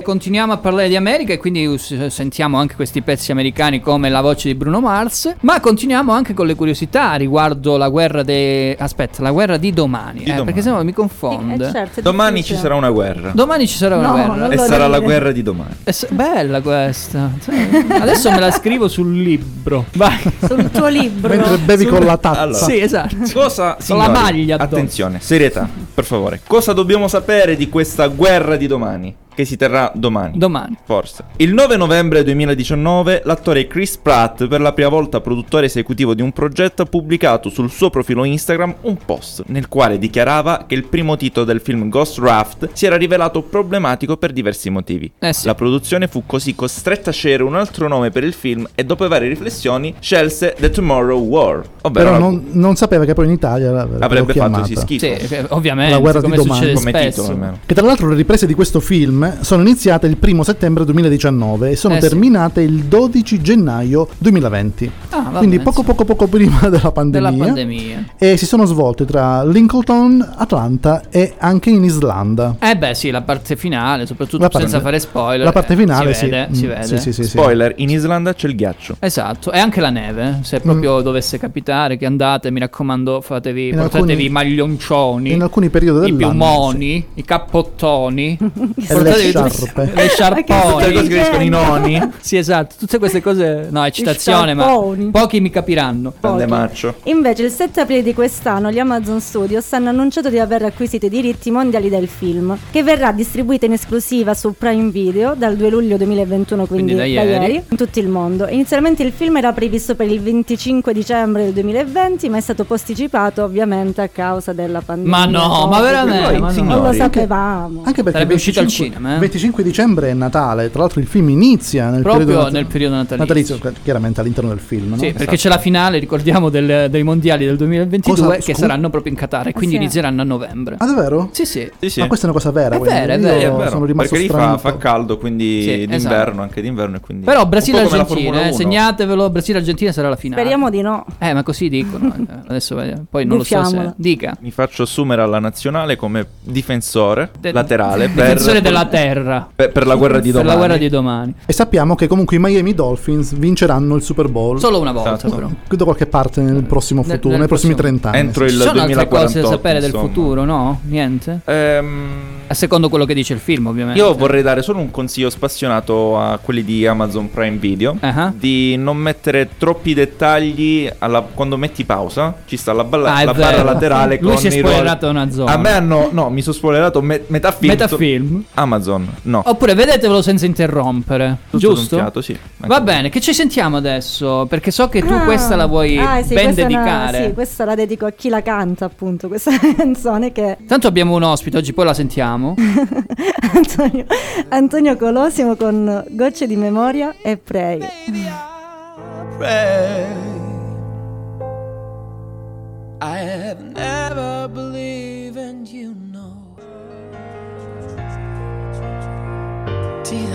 [SPEAKER 6] Continuiamo a parlare di America e quindi us- sentiamo anche questi pezzi americani come la voce di Bruno Mars, ma continuiamo anche con le curiosità riguardo la guerra de... aspetta, la guerra di domani, eh,
[SPEAKER 3] domani.
[SPEAKER 6] perché sennò mi confonde.
[SPEAKER 4] Eh, certo, è
[SPEAKER 3] Domani ci
[SPEAKER 4] difficile.
[SPEAKER 3] sarà una guerra.
[SPEAKER 6] Domani ci sarà una
[SPEAKER 4] No,
[SPEAKER 6] guerra.
[SPEAKER 4] non
[SPEAKER 3] e
[SPEAKER 4] lo
[SPEAKER 3] sarà la
[SPEAKER 4] dire.
[SPEAKER 3] guerra di domani.
[SPEAKER 6] Eh, s- Bella questa. Sai, Adesso me la scrivo sul libro. Vai.
[SPEAKER 4] Sul tuo libro
[SPEAKER 2] Mentre bevi con la tazza.
[SPEAKER 3] Allora.
[SPEAKER 6] Sì, esatto.
[SPEAKER 3] Cosa
[SPEAKER 6] Con la
[SPEAKER 3] signori,
[SPEAKER 6] maglia addosso.
[SPEAKER 3] Attenzione, serietà, per favore. Cosa dobbiamo sapere di questa guerra di domani? Che si terrà domani.
[SPEAKER 6] Domani.
[SPEAKER 3] Forse. Il 9 novembre 2019 l'attore Chris Pratt, per la prima volta produttore esecutivo di un progetto, ha pubblicato sul suo profilo Instagram un post nel quale dichiarava che il primo titolo del film Ghost Raft si era rivelato problematico per diversi motivi.
[SPEAKER 6] Eh sì.
[SPEAKER 3] La produzione fu così costretta a scegliere un altro nome per il film e dopo varie riflessioni scelse The Tomorrow War. Ovvero
[SPEAKER 2] Però
[SPEAKER 3] la-
[SPEAKER 2] non, non sapeva che poi in Italia l'avrebbero
[SPEAKER 3] avrebbe
[SPEAKER 2] chiamata.
[SPEAKER 3] fatto sì schifo.
[SPEAKER 6] Sì, eh, ovviamente.
[SPEAKER 2] La guerra di
[SPEAKER 6] come
[SPEAKER 2] domani.
[SPEAKER 6] succede
[SPEAKER 3] Come
[SPEAKER 6] spesso.
[SPEAKER 3] titolo almeno.
[SPEAKER 2] Che tra l'altro le riprese di questo film sono iniziate il 1 settembre 2019 e sono
[SPEAKER 6] Eh sì.
[SPEAKER 2] terminate il 12 gennaio 2020.
[SPEAKER 6] Ah, vabbè,
[SPEAKER 2] Quindi poco
[SPEAKER 6] insomma,
[SPEAKER 2] poco poco prima della pandemia.
[SPEAKER 6] della pandemia.
[SPEAKER 2] E si sono svolte tra Lincoln, Atlanta e anche in Islanda.
[SPEAKER 6] Eh beh, sì, la parte finale, soprattutto
[SPEAKER 2] La parte-
[SPEAKER 6] senza fare spoiler.
[SPEAKER 2] La parte
[SPEAKER 6] eh,
[SPEAKER 2] finale
[SPEAKER 6] si vede,
[SPEAKER 2] sì.
[SPEAKER 6] si
[SPEAKER 2] Mm,
[SPEAKER 6] vede.
[SPEAKER 2] Sì, sì, sì, sì.
[SPEAKER 3] Spoiler, in Islanda c'è il ghiaccio.
[SPEAKER 6] Esatto, e anche la neve,
[SPEAKER 2] Mm.
[SPEAKER 6] se proprio dovesse capitare che andate, mi raccomando, fatevi,
[SPEAKER 2] In
[SPEAKER 6] portatevi
[SPEAKER 2] alcuni-
[SPEAKER 6] i maglioncioni,
[SPEAKER 2] In alcuni periodi
[SPEAKER 6] i
[SPEAKER 2] dell'anno.
[SPEAKER 6] piumoni, i cappottoni,
[SPEAKER 2] sì. E le
[SPEAKER 6] guardate che
[SPEAKER 2] sciarpe.
[SPEAKER 6] le sciarponi,
[SPEAKER 3] Tutte le cose che dicono i nonni.
[SPEAKER 6] Sì, esatto, tutte queste cose. No, è citazione, ma
[SPEAKER 4] sciarponi.
[SPEAKER 6] pochi mi capiranno.
[SPEAKER 3] Grande maccio.
[SPEAKER 4] Invece il 7 aprile di quest'anno gli Amazon Studios hanno annunciato di aver acquisito i diritti mondiali del film, che verrà distribuito in esclusiva su Prime Video dal 2 luglio 2021, quindi,
[SPEAKER 6] Quindi da
[SPEAKER 4] da
[SPEAKER 6] ieri.
[SPEAKER 4] ieri, in tutto il mondo. Inizialmente il film era previsto per il 25 dicembre del 2020, ma è stato posticipato ovviamente a causa della pandemia.
[SPEAKER 6] Ma no, ma veramente,
[SPEAKER 4] Poi,
[SPEAKER 6] ma no.
[SPEAKER 4] Non lo
[SPEAKER 6] Anche-
[SPEAKER 4] sapevamo.
[SPEAKER 2] Anche perché
[SPEAKER 6] Sarebbe
[SPEAKER 2] 25
[SPEAKER 6] uscito al cinema, eh.
[SPEAKER 2] 25 dicembre è Natale, tra l'altro il film inizia nel
[SPEAKER 6] Proprio
[SPEAKER 2] periodo nat-
[SPEAKER 6] nel periodo natalizio.
[SPEAKER 2] natalizio, chiaramente all'interno del film. no?
[SPEAKER 6] Sì, perché c'è la finale, ricordiamo, del- dei mondiali del 2022
[SPEAKER 2] Cosa-
[SPEAKER 6] che
[SPEAKER 2] scu-
[SPEAKER 6] saranno proprio in Qatar e quindi
[SPEAKER 4] sì.
[SPEAKER 6] inizieranno a novembre.
[SPEAKER 2] Ah, davvero?
[SPEAKER 6] Sì, sì.
[SPEAKER 3] Sì, sì.
[SPEAKER 2] Ma questa è una cosa vera.
[SPEAKER 6] È
[SPEAKER 2] quindi
[SPEAKER 6] vera, è
[SPEAKER 2] io
[SPEAKER 6] vera, è
[SPEAKER 3] vero,
[SPEAKER 2] Sono rimasto
[SPEAKER 3] perché lì fa,
[SPEAKER 2] stranito.
[SPEAKER 3] fa caldo, quindi
[SPEAKER 6] Sì,
[SPEAKER 3] d'inverno,
[SPEAKER 6] esatto.
[SPEAKER 3] anche d'inverno. e Quindi...
[SPEAKER 6] Però
[SPEAKER 3] Un po' come la Formula
[SPEAKER 6] Brasile-Argentina, eh,
[SPEAKER 3] 1.
[SPEAKER 6] segnatevelo, Brasile-Argentina sarà la finale.
[SPEAKER 4] Speriamo di no.
[SPEAKER 6] Eh, ma così dicono. eh, Adesso eh, poi non lo so
[SPEAKER 4] Buffiamola.
[SPEAKER 6] se dica.
[SPEAKER 3] Mi faccio assumere alla nazionale come difensore
[SPEAKER 6] De-
[SPEAKER 3] laterale per,
[SPEAKER 6] Difensore della terra.
[SPEAKER 3] per, per la guerra di
[SPEAKER 6] Per
[SPEAKER 3] domani.
[SPEAKER 6] la guerra di domani.
[SPEAKER 2] E sappiamo che comunque i Miami Dolphins vinceranno il Super Bowl.
[SPEAKER 6] Solo una volta,
[SPEAKER 3] Esatto.
[SPEAKER 6] però.
[SPEAKER 2] Credo qualche parte nel prossimo
[SPEAKER 6] Nel-
[SPEAKER 2] futuro,
[SPEAKER 6] nel
[SPEAKER 2] nei prossimi
[SPEAKER 6] prossimo-
[SPEAKER 2] 30 anni.
[SPEAKER 3] Entro
[SPEAKER 2] sì.
[SPEAKER 3] il
[SPEAKER 6] Ci sono altre cose da
[SPEAKER 3] 2048,
[SPEAKER 6] sapere del
[SPEAKER 3] insomma.
[SPEAKER 6] futuro, no? Niente?
[SPEAKER 3] Ehm,
[SPEAKER 6] A secondo quello che dice il film, ovviamente.
[SPEAKER 3] io vorrei dare solo un consiglio spassionato a quelli di Amazon Prime Video
[SPEAKER 6] Ah.
[SPEAKER 3] di non mettere troppi dettagli alla- quando metti pausa. Ci sta la, balla-
[SPEAKER 6] Ah, è
[SPEAKER 3] la barra
[SPEAKER 6] vero.
[SPEAKER 3] laterale
[SPEAKER 6] Lui
[SPEAKER 3] con
[SPEAKER 6] si è
[SPEAKER 3] i roll-
[SPEAKER 6] spoilerato una zona.
[SPEAKER 3] A me hanno, no, mi sono spoilerato me- metà film.
[SPEAKER 6] Metafilm.
[SPEAKER 3] Amazon, no.
[SPEAKER 6] Oppure vedetevelo senza interrompere,
[SPEAKER 3] Tutto
[SPEAKER 6] Oh, giusto?
[SPEAKER 3] d'un fiato, sì.
[SPEAKER 6] Va
[SPEAKER 3] Anche-
[SPEAKER 6] bene, che ci sentiamo adesso? Perché so che tu
[SPEAKER 4] Ah.
[SPEAKER 6] questa la vuoi
[SPEAKER 4] Ah, sì,
[SPEAKER 6] ben
[SPEAKER 4] questa è una-
[SPEAKER 6] dedicare.
[SPEAKER 4] sì, questa la dedico a chi la canta, appunto, questa canzone che
[SPEAKER 6] Tanto abbiamo un ospite, oggi poi la sentiamo.
[SPEAKER 4] Antonio, Antonio Colosimo con Gocce di memoria e Prey.
[SPEAKER 9] pray. I have never believed, and you know. Ti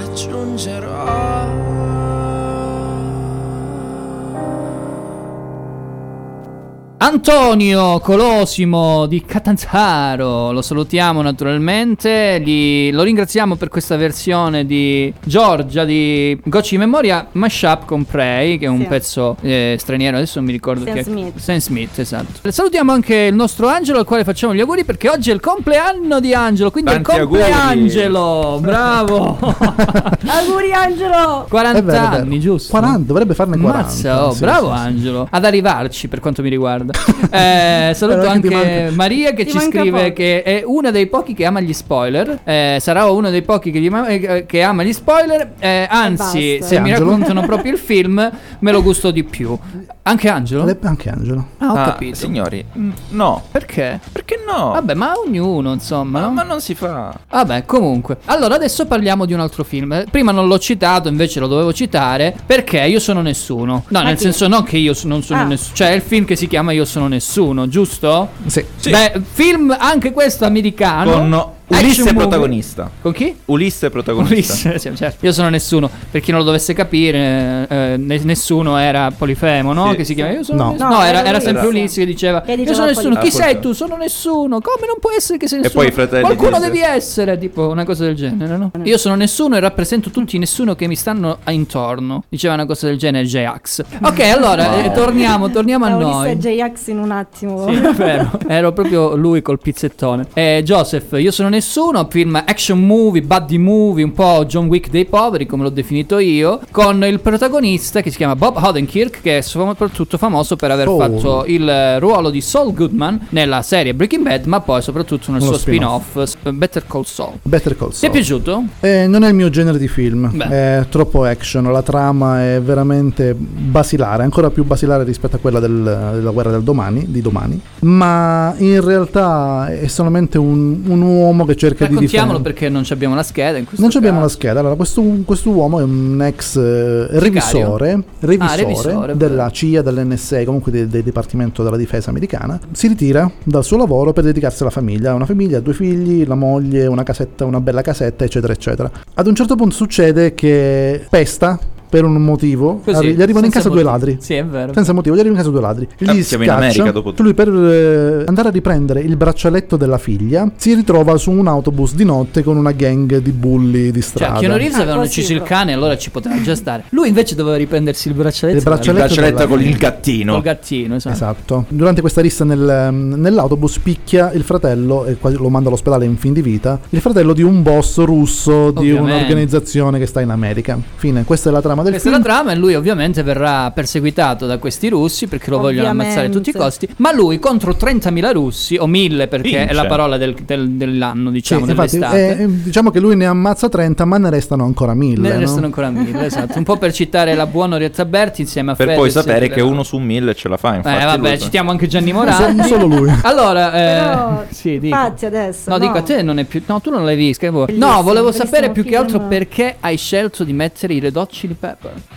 [SPEAKER 6] Antonio Colosimo di Catanzaro, lo salutiamo naturalmente, gli- lo ringraziamo per questa versione di Giorgia di Gocci di Memoria Mashup con Prey, che è un
[SPEAKER 4] Sì.
[SPEAKER 6] pezzo eh, straniero, adesso non mi ricordo
[SPEAKER 4] Sam
[SPEAKER 6] chi è.
[SPEAKER 4] Smith.
[SPEAKER 6] Sam Smith, esatto. Salutiamo anche il nostro Angelo al quale facciamo gli auguri perché oggi è il compleanno di Angelo, quindi
[SPEAKER 3] Tanti
[SPEAKER 6] è il
[SPEAKER 3] auguri.
[SPEAKER 6] compleangelo, bravo!
[SPEAKER 4] Auguri Angelo!
[SPEAKER 6] 40
[SPEAKER 2] È vero, è vero.
[SPEAKER 6] anni, giusto?
[SPEAKER 2] 40, dovrebbe farne 40.
[SPEAKER 6] Mazza, oh,
[SPEAKER 2] sì,
[SPEAKER 6] bravo
[SPEAKER 2] sì, sì.
[SPEAKER 6] Angelo. Ad arrivarci per quanto mi riguarda. Eh, saluto
[SPEAKER 2] Però
[SPEAKER 6] anche
[SPEAKER 2] anche ti manca-
[SPEAKER 6] Maria che
[SPEAKER 4] Ti
[SPEAKER 6] ci
[SPEAKER 4] manca
[SPEAKER 6] scrive
[SPEAKER 4] poco.
[SPEAKER 6] che è una dei pochi che ama gli spoiler. Eh, sarà uno dei pochi che, gli ma- eh, che ama gli spoiler. Eh, anzi,
[SPEAKER 4] basta.
[SPEAKER 6] se
[SPEAKER 2] Eh,
[SPEAKER 6] mi
[SPEAKER 2] Angelo?
[SPEAKER 6] raccontano proprio il film, me lo gusto di più. Anche Angelo?
[SPEAKER 2] Le- Anche Angelo.
[SPEAKER 6] Ah, ho
[SPEAKER 3] Ah,
[SPEAKER 6] capito.
[SPEAKER 3] Signori, mm, no.
[SPEAKER 6] Perché?
[SPEAKER 3] Perché no?
[SPEAKER 6] Vabbè, ma ognuno, insomma.
[SPEAKER 3] Ma-
[SPEAKER 6] no?
[SPEAKER 3] ma non si fa.
[SPEAKER 6] Vabbè, comunque. Allora, adesso parliamo di un altro film. Eh, Prima non l'ho citato, invece lo dovevo citare. Perché io sono nessuno. No, nel
[SPEAKER 4] chi?
[SPEAKER 6] senso, non che io so- non sono
[SPEAKER 4] Ah.
[SPEAKER 6] nessuno. Cioè, è il film che si chiama Io sono nessuno, giusto?
[SPEAKER 2] Sì.
[SPEAKER 6] Beh, film anche questo americano.
[SPEAKER 3] Con
[SPEAKER 6] Ah, Action
[SPEAKER 3] Ulisse
[SPEAKER 6] movie.
[SPEAKER 3] protagonista.
[SPEAKER 6] Con chi?
[SPEAKER 3] Ulisse protagonista.
[SPEAKER 6] Ulisse, sì, certo. Io sono nessuno. Per chi non lo dovesse capire, eh, ne- nessuno era Polifemo, no?
[SPEAKER 3] Sì.
[SPEAKER 6] Che si chiama Io sono
[SPEAKER 2] No.
[SPEAKER 6] nessuno.
[SPEAKER 4] No,
[SPEAKER 6] No, era,
[SPEAKER 4] era
[SPEAKER 6] era
[SPEAKER 4] Ulisse.
[SPEAKER 6] sempre Ulisse che diceva:
[SPEAKER 4] Che
[SPEAKER 6] Io
[SPEAKER 4] diceva
[SPEAKER 6] sono nessuno.
[SPEAKER 3] Polifemo.
[SPEAKER 6] Chi
[SPEAKER 3] Ah,
[SPEAKER 6] sei
[SPEAKER 3] porca.
[SPEAKER 6] tu? Sono nessuno. Come non può essere che sei nessuno?
[SPEAKER 3] poi i fratelli
[SPEAKER 6] Qualcuno
[SPEAKER 3] di-
[SPEAKER 6] devi essere. Tipo una cosa del genere, no? Io sono nessuno e rappresento tutti i nessuno che mi stanno intorno. Diceva una cosa del genere J-Ax. Ok, allora eh, torniamo, torniamo a
[SPEAKER 4] Da
[SPEAKER 6] noi.
[SPEAKER 4] Ulisse J-Ax in un attimo.
[SPEAKER 6] Sì, è vero. Ero proprio lui col pizzettone. Eh, Joseph, io sono nessuno. Film action movie, buddy movie, un po' John Wick dei poveri, come l'ho definito io. Con il protagonista che si chiama Bob Odenkirk, che è soprattutto famoso per aver
[SPEAKER 2] Soul.
[SPEAKER 6] fatto il eh, ruolo di Saul Goodman nella serie Breaking Bad, ma poi soprattutto nel
[SPEAKER 2] Uno
[SPEAKER 6] suo spin-off, eh, Better Call Saul.
[SPEAKER 2] Better Call
[SPEAKER 6] Ti è
[SPEAKER 2] Saul.
[SPEAKER 6] piaciuto?
[SPEAKER 2] Eh, non è il mio genere di film,
[SPEAKER 6] Beh.
[SPEAKER 2] è troppo action, la trama è veramente basilare, ancora più basilare rispetto a quella del- della guerra del domani, di domani, ma in realtà è solamente un, un uomo che cerca di difendere...
[SPEAKER 6] Raccontiamolo perché non ci abbiamo la scheda in questo
[SPEAKER 2] Non ci abbiamo la
[SPEAKER 6] caso.
[SPEAKER 2] scheda, allora questo, questo uomo è un ex eh, revisore, revisore,
[SPEAKER 6] Ah, revisore,
[SPEAKER 2] della CIA, dell'NSA, comunque del, del Dipartimento della Difesa americana, si ritira dal suo lavoro per dedicarsi alla famiglia, ha una famiglia, due figli, la moglie, una casetta, una bella casetta, eccetera, eccetera. Ad un certo punto succede che Pesta per un motivo,
[SPEAKER 6] Così,
[SPEAKER 2] arri- gli arrivano in
[SPEAKER 6] senza
[SPEAKER 2] casa due
[SPEAKER 6] motivo.
[SPEAKER 2] ladri.
[SPEAKER 6] Sì, è vero.
[SPEAKER 2] Senza motivo, gli arrivano in casa due ladri.
[SPEAKER 3] Ah,
[SPEAKER 2] Gli
[SPEAKER 3] siamo in America
[SPEAKER 2] scaccia.
[SPEAKER 3] dopo
[SPEAKER 2] Lui per eh, andare a riprendere il braccialetto della figlia si ritrova su un autobus di notte con una gang di bulli di
[SPEAKER 6] Cioè,
[SPEAKER 2] strada.
[SPEAKER 6] Keanu Reeves
[SPEAKER 4] Ah,
[SPEAKER 6] avevano ucciso il cane, allora ci poteva già stare. Lui invece doveva riprendersi il braccialetto.
[SPEAKER 2] Il braccialetto
[SPEAKER 6] della-
[SPEAKER 2] braccialetto con il
[SPEAKER 3] gattino.
[SPEAKER 6] Col gattino, esatto.
[SPEAKER 2] Esatto. Durante questa rissa nel, mm, nell'autobus picchia il fratello e quasi lo manda all'ospedale in fin di vita. Il fratello di un boss russo di
[SPEAKER 6] Ovviamente.
[SPEAKER 2] un'organizzazione che sta in America. Fine, questa è la trama del
[SPEAKER 6] Questa è
[SPEAKER 2] film.
[SPEAKER 6] la trama e lui ovviamente verrà perseguitato da questi russi perché lo vogliono ammazzare a tutti i costi, ma lui contro 30.000 russi o 1000 perché è
[SPEAKER 2] Vince.
[SPEAKER 6] la parola del- del- dell'anno
[SPEAKER 2] Sì,
[SPEAKER 6] diciamo,
[SPEAKER 2] infatti,
[SPEAKER 6] dell'estate.
[SPEAKER 2] eh, diciamo che lui ne ammazza 30, ma ne restano ancora 1000.
[SPEAKER 6] Ne
[SPEAKER 2] no?
[SPEAKER 6] restano ancora mille, esatto. Un po' per citare la buona Orietta Berti insieme a
[SPEAKER 3] Per
[SPEAKER 6] Fedez
[SPEAKER 3] poi
[SPEAKER 6] e
[SPEAKER 3] sapere
[SPEAKER 6] Fedez.
[SPEAKER 3] che uno su mille ce la fa, infatti.
[SPEAKER 6] Eh vabbè,
[SPEAKER 3] lui-
[SPEAKER 6] citiamo anche Gianni Morandi.
[SPEAKER 2] So- solo lui.
[SPEAKER 6] Allora, eh,
[SPEAKER 4] Esatto. Però,
[SPEAKER 6] sì, dico.
[SPEAKER 4] Infatti adesso.
[SPEAKER 6] No, dico a te non è più. No, tu non l'hai visto. che vuoi? No,
[SPEAKER 4] Bellissimo,
[SPEAKER 6] volevo
[SPEAKER 4] bellissimo
[SPEAKER 6] sapere più che
[SPEAKER 4] film.
[SPEAKER 6] altro perché hai scelto di mettere i Red Hot Chili Pepper.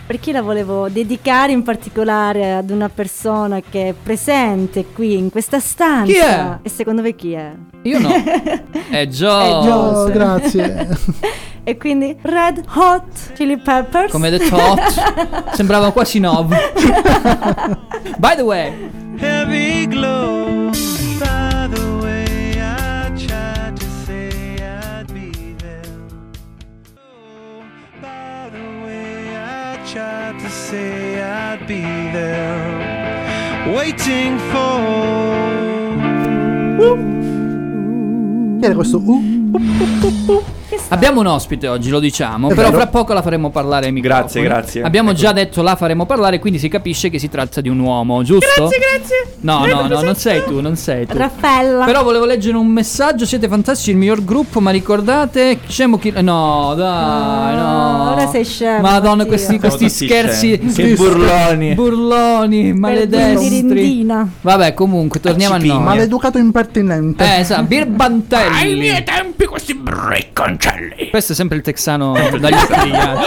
[SPEAKER 4] Perché la volevo dedicare in particolare ad una persona che è presente qui in questa stanza.
[SPEAKER 6] Chi è?
[SPEAKER 4] E secondo voi chi è?
[SPEAKER 6] Io no. È Joe.
[SPEAKER 4] Joe,
[SPEAKER 2] grazie.
[SPEAKER 4] E quindi Red Hot Chili Peppers.
[SPEAKER 6] Come detto Hot. Sembrava quasi Nov. By the way.
[SPEAKER 12] Heavy glow. By the way, I tried to say I'd be there. Oh, by the way, I tried to say I'd be there. Waiting for.
[SPEAKER 2] Chi era questo? Uh,
[SPEAKER 6] Abbiamo un ospite oggi, lo diciamo, però
[SPEAKER 3] vero.
[SPEAKER 6] fra poco la faremo parlare ai microfoni.
[SPEAKER 3] Grazie, grazie. Ecco.
[SPEAKER 6] Abbiamo già detto la faremo parlare, quindi si capisce che si tratta di un uomo, giusto?
[SPEAKER 4] grazie.
[SPEAKER 6] No, no, no, non sei tu, non sei tu.
[SPEAKER 4] Raffaella.
[SPEAKER 6] Però volevo leggere un messaggio, siete fantastici, il miglior gruppo, ma ricordate, scemo chi... No, dai, no.
[SPEAKER 4] Ora sei scemo.
[SPEAKER 6] Madonna,
[SPEAKER 4] Mattia.
[SPEAKER 6] questi, questi
[SPEAKER 3] tutti
[SPEAKER 6] scherzi...
[SPEAKER 3] scemi. Che burloni.
[SPEAKER 6] Burloni, maledestri.
[SPEAKER 4] Dirindina.
[SPEAKER 6] Vabbè, comunque, torniamo a noi.
[SPEAKER 2] Maleducato impertinente.
[SPEAKER 6] Eh, esatto, birbantelli.
[SPEAKER 2] Ai
[SPEAKER 6] miei tempi questi bricconcelli. Questo è sempre il texano dagli scagliati.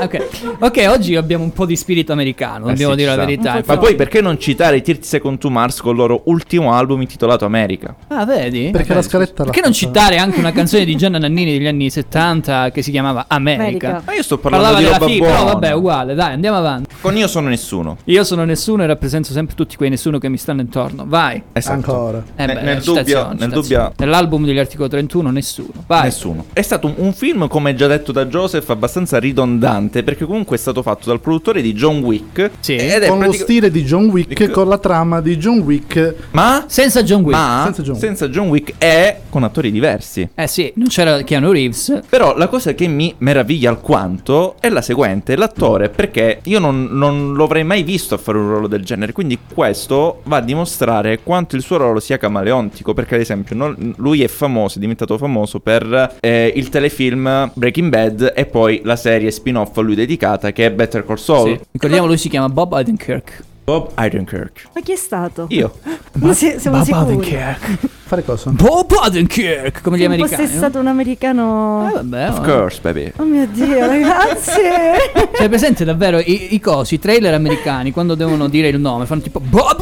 [SPEAKER 6] ok. ok, oggi abbiamo un po' di spirito americano,
[SPEAKER 3] Eh,
[SPEAKER 6] dobbiamo
[SPEAKER 3] sì,
[SPEAKER 6] dire
[SPEAKER 3] ci
[SPEAKER 6] la
[SPEAKER 3] sta.
[SPEAKER 6] verità.
[SPEAKER 3] Ma poi perché non citare i 30 Second to Mars col loro ultimo album intitolato America?
[SPEAKER 6] Ah, vedi?
[SPEAKER 2] Perché la scaletta
[SPEAKER 6] Perché non citare anche una canzone di Gianna Nannini degli anni 70 che si chiamava America?
[SPEAKER 3] America. Ma io sto parlando
[SPEAKER 6] Parlava
[SPEAKER 3] di
[SPEAKER 6] della
[SPEAKER 3] roba
[SPEAKER 6] figa, però
[SPEAKER 3] buona.
[SPEAKER 6] vabbè, uguale, dai, andiamo avanti.
[SPEAKER 3] Con Io sono nessuno.
[SPEAKER 6] Io sono nessuno e rappresento sempre tutti quei nessuno che mi stanno intorno. Vai.
[SPEAKER 3] Esatto.
[SPEAKER 2] Ancora.
[SPEAKER 6] Eh
[SPEAKER 3] Ne-
[SPEAKER 6] beh, citazione,
[SPEAKER 3] nel dubbio- nel
[SPEAKER 6] citazione.
[SPEAKER 3] dubbio-
[SPEAKER 6] Nell'album degli articolo 31 nessuno. Vai.
[SPEAKER 3] Nessuno. È stato un, un film, come già detto da Joseph, abbastanza ridondante perché comunque è stato fatto dal produttore di John Wick.
[SPEAKER 6] Eh,
[SPEAKER 3] Ed è
[SPEAKER 2] con lo
[SPEAKER 3] pratica-
[SPEAKER 2] stile di John Wick, con la trama di John Wick.
[SPEAKER 3] Ma
[SPEAKER 6] senza John Wick.
[SPEAKER 3] Ma senza John, Wick e con attori diversi.
[SPEAKER 6] Eh sì, non c'era Keanu Reeves.
[SPEAKER 3] Però la cosa che mi meraviglia alquanto è la seguente, l'attore, perché io non, non lo avrei mai visto a fare un ruolo del genere, quindi questo va a dimostrare quanto il suo ruolo sia camaleontico, perché ad esempio non- lui è famoso, è diventato famoso per eh, il telefilm Breaking Bad e poi la serie spin-off a lui dedicata che è Better Call Saul.
[SPEAKER 6] Sì. Ricordiamo lui si chiama Bob Odenkirk.
[SPEAKER 3] Bob Ironkirk.
[SPEAKER 4] Ma chi è stato?
[SPEAKER 3] Io.
[SPEAKER 4] Ma si- Eh, siamo
[SPEAKER 6] Bob
[SPEAKER 4] sicuri?
[SPEAKER 6] Odenkirk.
[SPEAKER 2] Fare cosa?
[SPEAKER 6] Bob Odenkirk, come gli
[SPEAKER 4] Se
[SPEAKER 6] americani.
[SPEAKER 4] fosse stato un americano.
[SPEAKER 6] Eh, vabbè,
[SPEAKER 3] Of
[SPEAKER 6] oh.
[SPEAKER 3] course, baby.
[SPEAKER 4] Oh mio dio, ragazzi.
[SPEAKER 6] Cioè, presente davvero i, i cosi, i trailer americani, quando devono dire il nome, fanno tipo Bob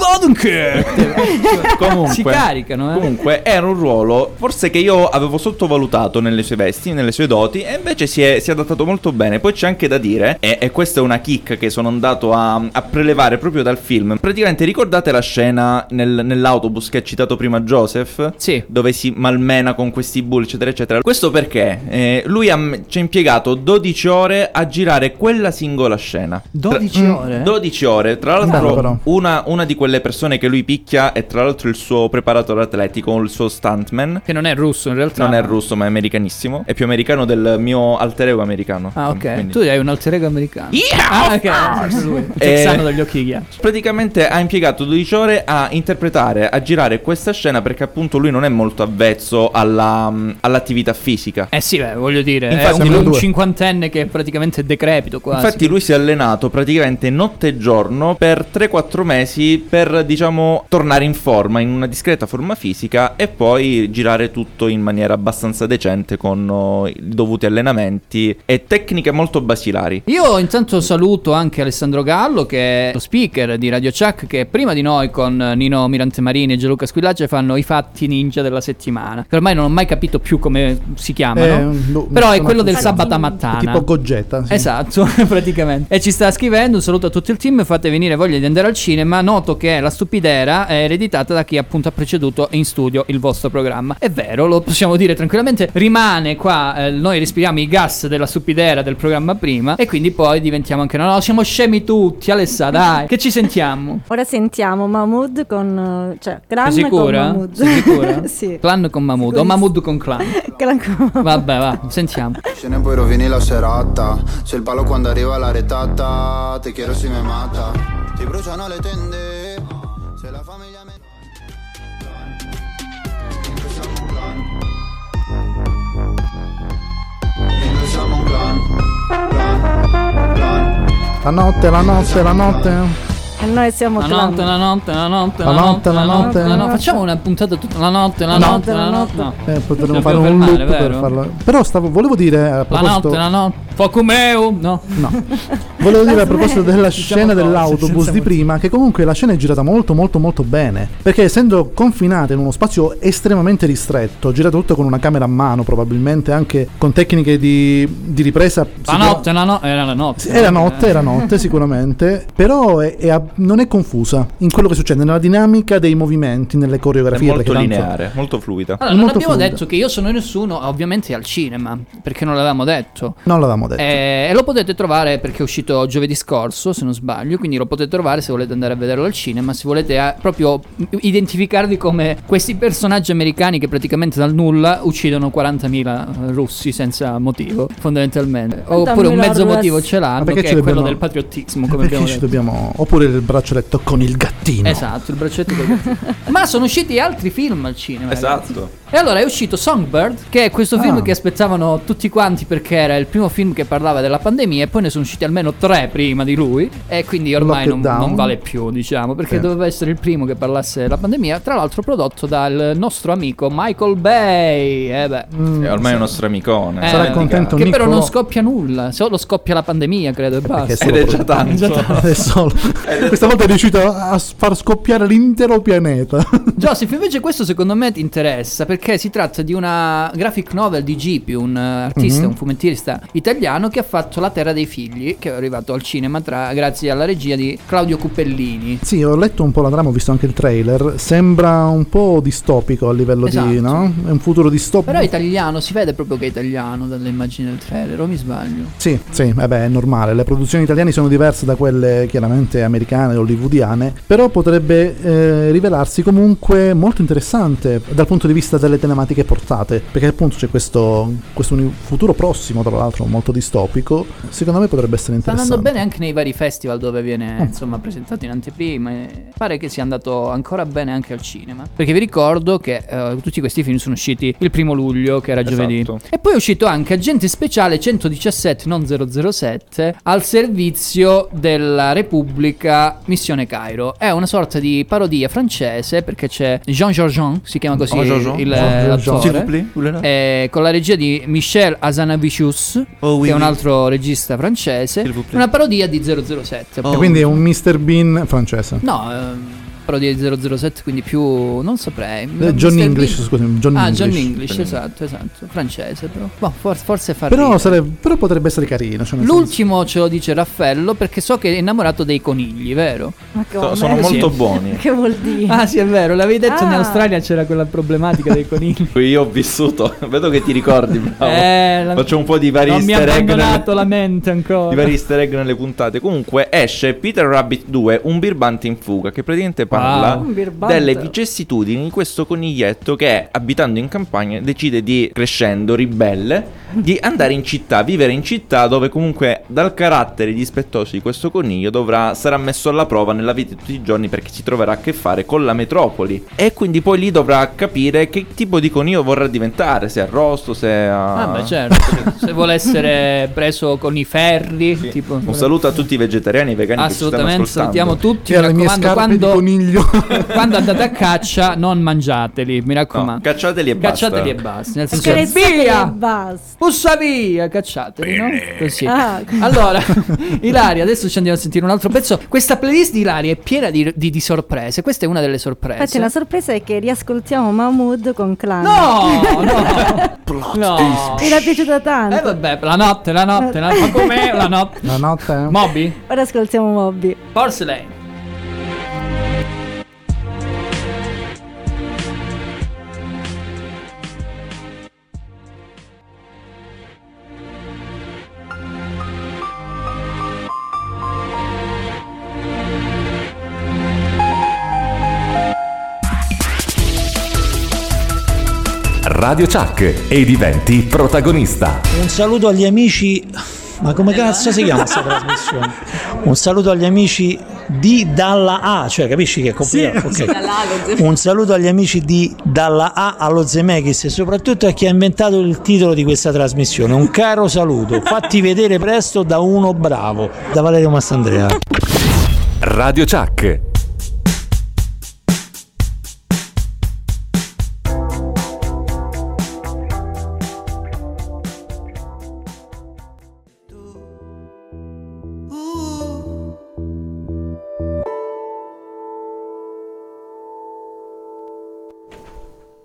[SPEAKER 6] Odenkirk.
[SPEAKER 3] Comunque,
[SPEAKER 6] Si caricano, eh.
[SPEAKER 3] Comunque, era un ruolo forse che io avevo sottovalutato nelle sue vesti, nelle sue doti, e invece si è, si è adattato molto bene. Poi c'è anche da dire, e, e questa è una chicca che sono andato a, a prelevare proprio dal film. Praticamente, ricordate la scena nel- nell'autobus che ha citato prima Joseph?
[SPEAKER 6] Sì.
[SPEAKER 3] Dove si malmena con questi bull, eccetera, eccetera. Questo perché eh, lui ha- ci ha impiegato 12 ore a girare quella singola scena.
[SPEAKER 6] 12
[SPEAKER 3] Mm.
[SPEAKER 6] ore?
[SPEAKER 3] 12 ore, tra
[SPEAKER 2] Bello, però.
[SPEAKER 3] l'altro una, una di quelle persone che lui picchia è tra l'altro il suo preparatore atletico, il suo stuntman.
[SPEAKER 6] Che non è russo in realtà.
[SPEAKER 3] Non è russo, ma è americanissimo. È più americano del mio alter ego americano.
[SPEAKER 6] Ah, ok.
[SPEAKER 3] Quindi-
[SPEAKER 6] Tu hai un alter ego americano. ah, ok. Lui, il
[SPEAKER 3] Eh,
[SPEAKER 6] texano dagli occhi ghiacci.
[SPEAKER 3] Praticamente ha impiegato 12 ore a interpretare, a girare questa scena perché appunto lui non è molto avvezzo alla, all'attività fisica.
[SPEAKER 6] Eh sì, beh, voglio dire,
[SPEAKER 3] Infatti,
[SPEAKER 6] è un,
[SPEAKER 3] noi
[SPEAKER 6] un
[SPEAKER 3] due.
[SPEAKER 6] cinquantenne che è praticamente decrepito quasi.
[SPEAKER 3] Infatti lui si è allenato praticamente notte e giorno per 3-4 mesi per diciamo tornare in forma, in una discreta forma fisica e poi girare tutto in maniera abbastanza decente con oh, i dovuti allenamenti e tecniche molto basilari.
[SPEAKER 6] Io intanto saluto anche Alessandro Gallo che è lo speaker di Radio Chuck che prima di noi con Nino Mirante Marini e Gianluca Squillaccia fanno i fatti pacchetti ninja della settimana. Che ormai non ho mai capito più come si chiamano.
[SPEAKER 2] Eh, no,
[SPEAKER 6] però è
[SPEAKER 2] sono
[SPEAKER 6] quello del
[SPEAKER 2] accusato.
[SPEAKER 6] sabato mattana.
[SPEAKER 2] Tipo Goggetta. sì.
[SPEAKER 6] Esatto, praticamente. E ci sta scrivendo un saluto a tutto il team, fate venire voglia di andare al cinema, noto che la stupidera è ereditata da chi appunto ha preceduto in studio il vostro programma. È vero, lo possiamo dire tranquillamente, rimane qua, eh, noi respiriamo i gas della stupidera del programma prima e quindi poi diventiamo anche no, no, siamo scemi tutti, Alessa, dai, che ci sentiamo.
[SPEAKER 4] Ora sentiamo Mahmood con... eh, cioè, Clan
[SPEAKER 6] Sei
[SPEAKER 4] con
[SPEAKER 6] sicura?
[SPEAKER 4] Mahmood.
[SPEAKER 6] Sei sicura?
[SPEAKER 4] sì.
[SPEAKER 6] Clan con Mahmood o Mahmood con Clan.
[SPEAKER 4] Clan con
[SPEAKER 6] Vabbè, va, sentiamo.
[SPEAKER 13] Se ne puoi rovini la serata. Ah, Se il palo quando arriva la retata, te quiero si me mata. Ti bruciano le tende. Se la famiglia me.
[SPEAKER 2] La notte, la notte, la notte.
[SPEAKER 4] E Eh, noi siamo
[SPEAKER 6] La
[SPEAKER 4] Clan.
[SPEAKER 6] notte, la notte, la notte,
[SPEAKER 2] La notte, la notte.
[SPEAKER 6] la no- Facciamo una puntata tutta la notte, la
[SPEAKER 2] No.
[SPEAKER 6] notte, la notte. no.
[SPEAKER 2] Eh, potremmo
[SPEAKER 6] Ci dobbiamo
[SPEAKER 2] fare un
[SPEAKER 6] fermare,
[SPEAKER 2] loop per
[SPEAKER 6] vero?
[SPEAKER 2] farlo. Però stavo, volevo dire a
[SPEAKER 6] La
[SPEAKER 2] proposito,
[SPEAKER 6] notte, la notte. Focumeu, no.
[SPEAKER 2] No. volevo dire a proposito della
[SPEAKER 6] Diciamo
[SPEAKER 2] scena dell'autobus di prima che comunque la scena è girata molto molto molto bene, perché essendo confinata in uno spazio estremamente ristretto, girata tutto con una camera a mano, probabilmente anche con tecniche di, di ripresa
[SPEAKER 6] La
[SPEAKER 2] sicura-
[SPEAKER 6] notte, la no- era la notte.
[SPEAKER 2] Era notte, era notte sicuramente, però è- è ab- non è confusa in quello che succede, nella dinamica dei movimenti, nelle
[SPEAKER 3] È
[SPEAKER 2] coreografie.
[SPEAKER 3] molto
[SPEAKER 2] perché tanto-
[SPEAKER 3] lineare, molto fluida.
[SPEAKER 6] Allora, non
[SPEAKER 2] Molto
[SPEAKER 6] abbiamo
[SPEAKER 2] fluida.
[SPEAKER 6] detto che io sono nessuno, ovviamente al cinema, perché non l'avevamo detto.
[SPEAKER 2] Non l'avevamo detto.
[SPEAKER 6] Eh, e lo potete trovare perché è uscito giovedì scorso, se non sbaglio, quindi lo potete trovare se volete andare a vederlo al cinema, se volete eh, proprio identificarvi come questi personaggi americani che praticamente dal nulla uccidono 40.000 russi senza motivo, fondamentalmente. Oppure un mezzo motivo ce l'hanno,
[SPEAKER 2] Ma
[SPEAKER 6] che
[SPEAKER 2] perché
[SPEAKER 6] è
[SPEAKER 2] ci
[SPEAKER 6] quello
[SPEAKER 2] dobbiamo-
[SPEAKER 6] del patriottismo, come
[SPEAKER 2] perché
[SPEAKER 6] abbiamo
[SPEAKER 2] ci
[SPEAKER 6] detto.
[SPEAKER 2] dobbiamo... Oppure il braccialetto con il gattino.
[SPEAKER 6] Esatto, il braccetto col gattino. Ma sono usciti altri film al cinema. ragazzi.
[SPEAKER 3] Esatto.
[SPEAKER 6] E allora è uscito Songbird, che è questo film
[SPEAKER 2] Ah.
[SPEAKER 6] che aspettavano tutti quanti perché era il primo film che parlava della pandemia e poi ne sono usciti almeno tre prima di lui e quindi ormai non,
[SPEAKER 2] Lockdown.
[SPEAKER 6] non vale più, diciamo, perché
[SPEAKER 2] Sì.
[SPEAKER 6] doveva essere il primo che parlasse della pandemia, tra l'altro prodotto dal nostro amico Michael Bay. Eh beh.
[SPEAKER 3] È ormai un nostro amicone.
[SPEAKER 6] Eh,
[SPEAKER 2] Mm, Sarà contento
[SPEAKER 6] che però
[SPEAKER 2] Nico?
[SPEAKER 6] non scoppia nulla, solo scoppia la pandemia, credo, e
[SPEAKER 2] Perché
[SPEAKER 6] basta.
[SPEAKER 2] solo
[SPEAKER 3] Ed è
[SPEAKER 2] pro-
[SPEAKER 3] già tanto.
[SPEAKER 2] è già tanto, è solo- Questa volta è riuscito a a far scoppiare l'intero pianeta.
[SPEAKER 6] Joseph, invece questo secondo me ti interessa perché si tratta di una graphic novel di Gipi, un eh, artista,
[SPEAKER 2] Mhm.
[SPEAKER 6] un fumettista italiano che ha fatto La terra dei figli, che è arrivato al cinema tra- grazie alla regia di Claudio Cupellini.
[SPEAKER 2] Sì, ho letto un po' la trama, ho visto anche il trailer. Sembra un po' distopico a livello di.
[SPEAKER 6] Esatto.
[SPEAKER 2] No? È un futuro distopico.
[SPEAKER 6] Però è italiano, si vede proprio che è italiano dalle immagini del trailer, o mi sbaglio?
[SPEAKER 2] Sì, sì, vabbè, è normale. Le produzioni italiane sono diverse da quelle chiaramente americane o hollywoodiane, però potrebbe eh, rivelarsi comunque molto interessante dal punto di vista delle tematiche portate, perché appunto c'è questo, questo uni- futuro prossimo, tra l'altro, molto distopico. Secondo me potrebbe essere
[SPEAKER 6] Sta
[SPEAKER 2] interessante.
[SPEAKER 6] andando bene anche nei vari festival dove viene
[SPEAKER 2] Mm.
[SPEAKER 6] insomma presentato in anteprima. e pare che sia andato ancora bene anche al cinema. Perché vi ricordo che eh, tutti questi film sono usciti il primo luglio, che era giovedì.
[SPEAKER 3] Esatto.
[SPEAKER 6] E poi è uscito anche Agente Speciale 117 non 007 al servizio della Repubblica Missione Cairo. È una sorta di parodia francese perché c'è Jean Jean, si chiama
[SPEAKER 2] Oh,
[SPEAKER 6] così
[SPEAKER 3] Jean-Jean?
[SPEAKER 6] il
[SPEAKER 2] Jean-Jean.
[SPEAKER 6] l'attore.
[SPEAKER 2] S'il vous plaît,
[SPEAKER 6] Eh, con la regia di Michel Azanavicius,
[SPEAKER 2] Oh,
[SPEAKER 3] oui,
[SPEAKER 6] che è un
[SPEAKER 3] oui.
[SPEAKER 6] altro regista francese, una parodia di 007.
[SPEAKER 2] E Oh. quindi è un Mr. Bean francese.
[SPEAKER 6] No, ehm, parodia di 007, quindi più... non saprei.
[SPEAKER 2] Eh, John
[SPEAKER 6] Mr.
[SPEAKER 2] English,
[SPEAKER 6] Bean.
[SPEAKER 2] scusami, John
[SPEAKER 6] ah, John
[SPEAKER 2] English.
[SPEAKER 6] English, esatto, esatto. Francese però. Boh, for- forse fa
[SPEAKER 2] Però,
[SPEAKER 6] ridere.
[SPEAKER 2] sare- però potrebbe essere carino. Cioè nel
[SPEAKER 6] L'ultimo ce lo dice Raffaello perché so che è innamorato dei conigli, vero?
[SPEAKER 4] Ma come?
[SPEAKER 3] sono molto buoni.
[SPEAKER 4] Che vuol dire?
[SPEAKER 6] Ah sì è vero, l'avevi detto in
[SPEAKER 4] Ah.
[SPEAKER 6] Australia c'era quella problematica dei conigli.
[SPEAKER 3] Io ho vissuto, vedo che ti ricordi,
[SPEAKER 2] Ah,
[SPEAKER 3] bravo.
[SPEAKER 6] Eh, la-
[SPEAKER 3] Faccio un po' di vari
[SPEAKER 6] non mi ha
[SPEAKER 3] easter egg. nelle-
[SPEAKER 6] abbandonato la mente ancora.
[SPEAKER 3] di vari easter egg nelle puntate. Comunque esce Peter Rabbit 2, un birbante in fuga, che praticamente parla
[SPEAKER 6] Wow.
[SPEAKER 4] Un birbante.
[SPEAKER 3] delle vicissitudini di questo coniglietto che, abitando in campagna, decide di, crescendo ribelle, di andare in città, vivere in città dove comunque dal carattere dispettoso di questo coniglio dovrà, sarà messo alla prova nella vita di tutti i giorni perché si troverà a che fare con la metropoli. E quindi poi lì dovrà capire che tipo di coniglio vorrà diventare, se arrosto, se... a-
[SPEAKER 6] Ah, beh, certo. Se vuole essere preso con i ferri, tipo.
[SPEAKER 3] Un saluto a tutti i vegetariani e i vegani che ci stanno
[SPEAKER 6] Assolutamente,
[SPEAKER 3] ascoltando.
[SPEAKER 6] salutiamo tutti.
[SPEAKER 2] Che
[SPEAKER 6] Mi
[SPEAKER 2] alle mie
[SPEAKER 6] raccomando,
[SPEAKER 2] scarpe di
[SPEAKER 6] quando,
[SPEAKER 2] figlio.
[SPEAKER 6] Quando andate a caccia, non mangiateli, mi raccomando.
[SPEAKER 3] Cacciateli e basta.
[SPEAKER 6] Cacciateli e basta. Nel senso,
[SPEAKER 4] Accarezzateli e
[SPEAKER 6] via!
[SPEAKER 4] basta.
[SPEAKER 6] Pussa via, cacciateli, no? Così.
[SPEAKER 4] Ah, ok.
[SPEAKER 6] Allora, Ilaria, adesso ci andiamo a sentire un altro pezzo. Questa playlist di Ilaria è piena di, di- di sorprese. Questa è una delle sorprese.
[SPEAKER 4] Infatti la sorpresa è che riascoltiamo Mahmood con Clan.
[SPEAKER 6] No, no, no.
[SPEAKER 4] Mi era piaciuta tanto.
[SPEAKER 6] Eh vabbè, la notte, la notte, la... ma com'è la notte?
[SPEAKER 2] La notte. eh.
[SPEAKER 6] Moby?
[SPEAKER 4] Ora ascoltiamo Mobby.
[SPEAKER 6] Porcelain.
[SPEAKER 11] Radio Chuck e diventi protagonista.
[SPEAKER 14] Un saluto agli amici. Ma come cazzo si chiama questa trasmissione? Un saluto agli amici di Dalla A, cioè capisci che è complicato?
[SPEAKER 15] Sì,
[SPEAKER 14] Ok.
[SPEAKER 15] dalla A allo Zemeckis.
[SPEAKER 14] Un saluto agli amici di Dalla A allo Zemeckis e soprattutto a chi ha inventato il titolo di questa trasmissione. Un caro saluto, fatti vedere presto da uno bravo, da Valerio Mastandrea.
[SPEAKER 11] Radio Chuck.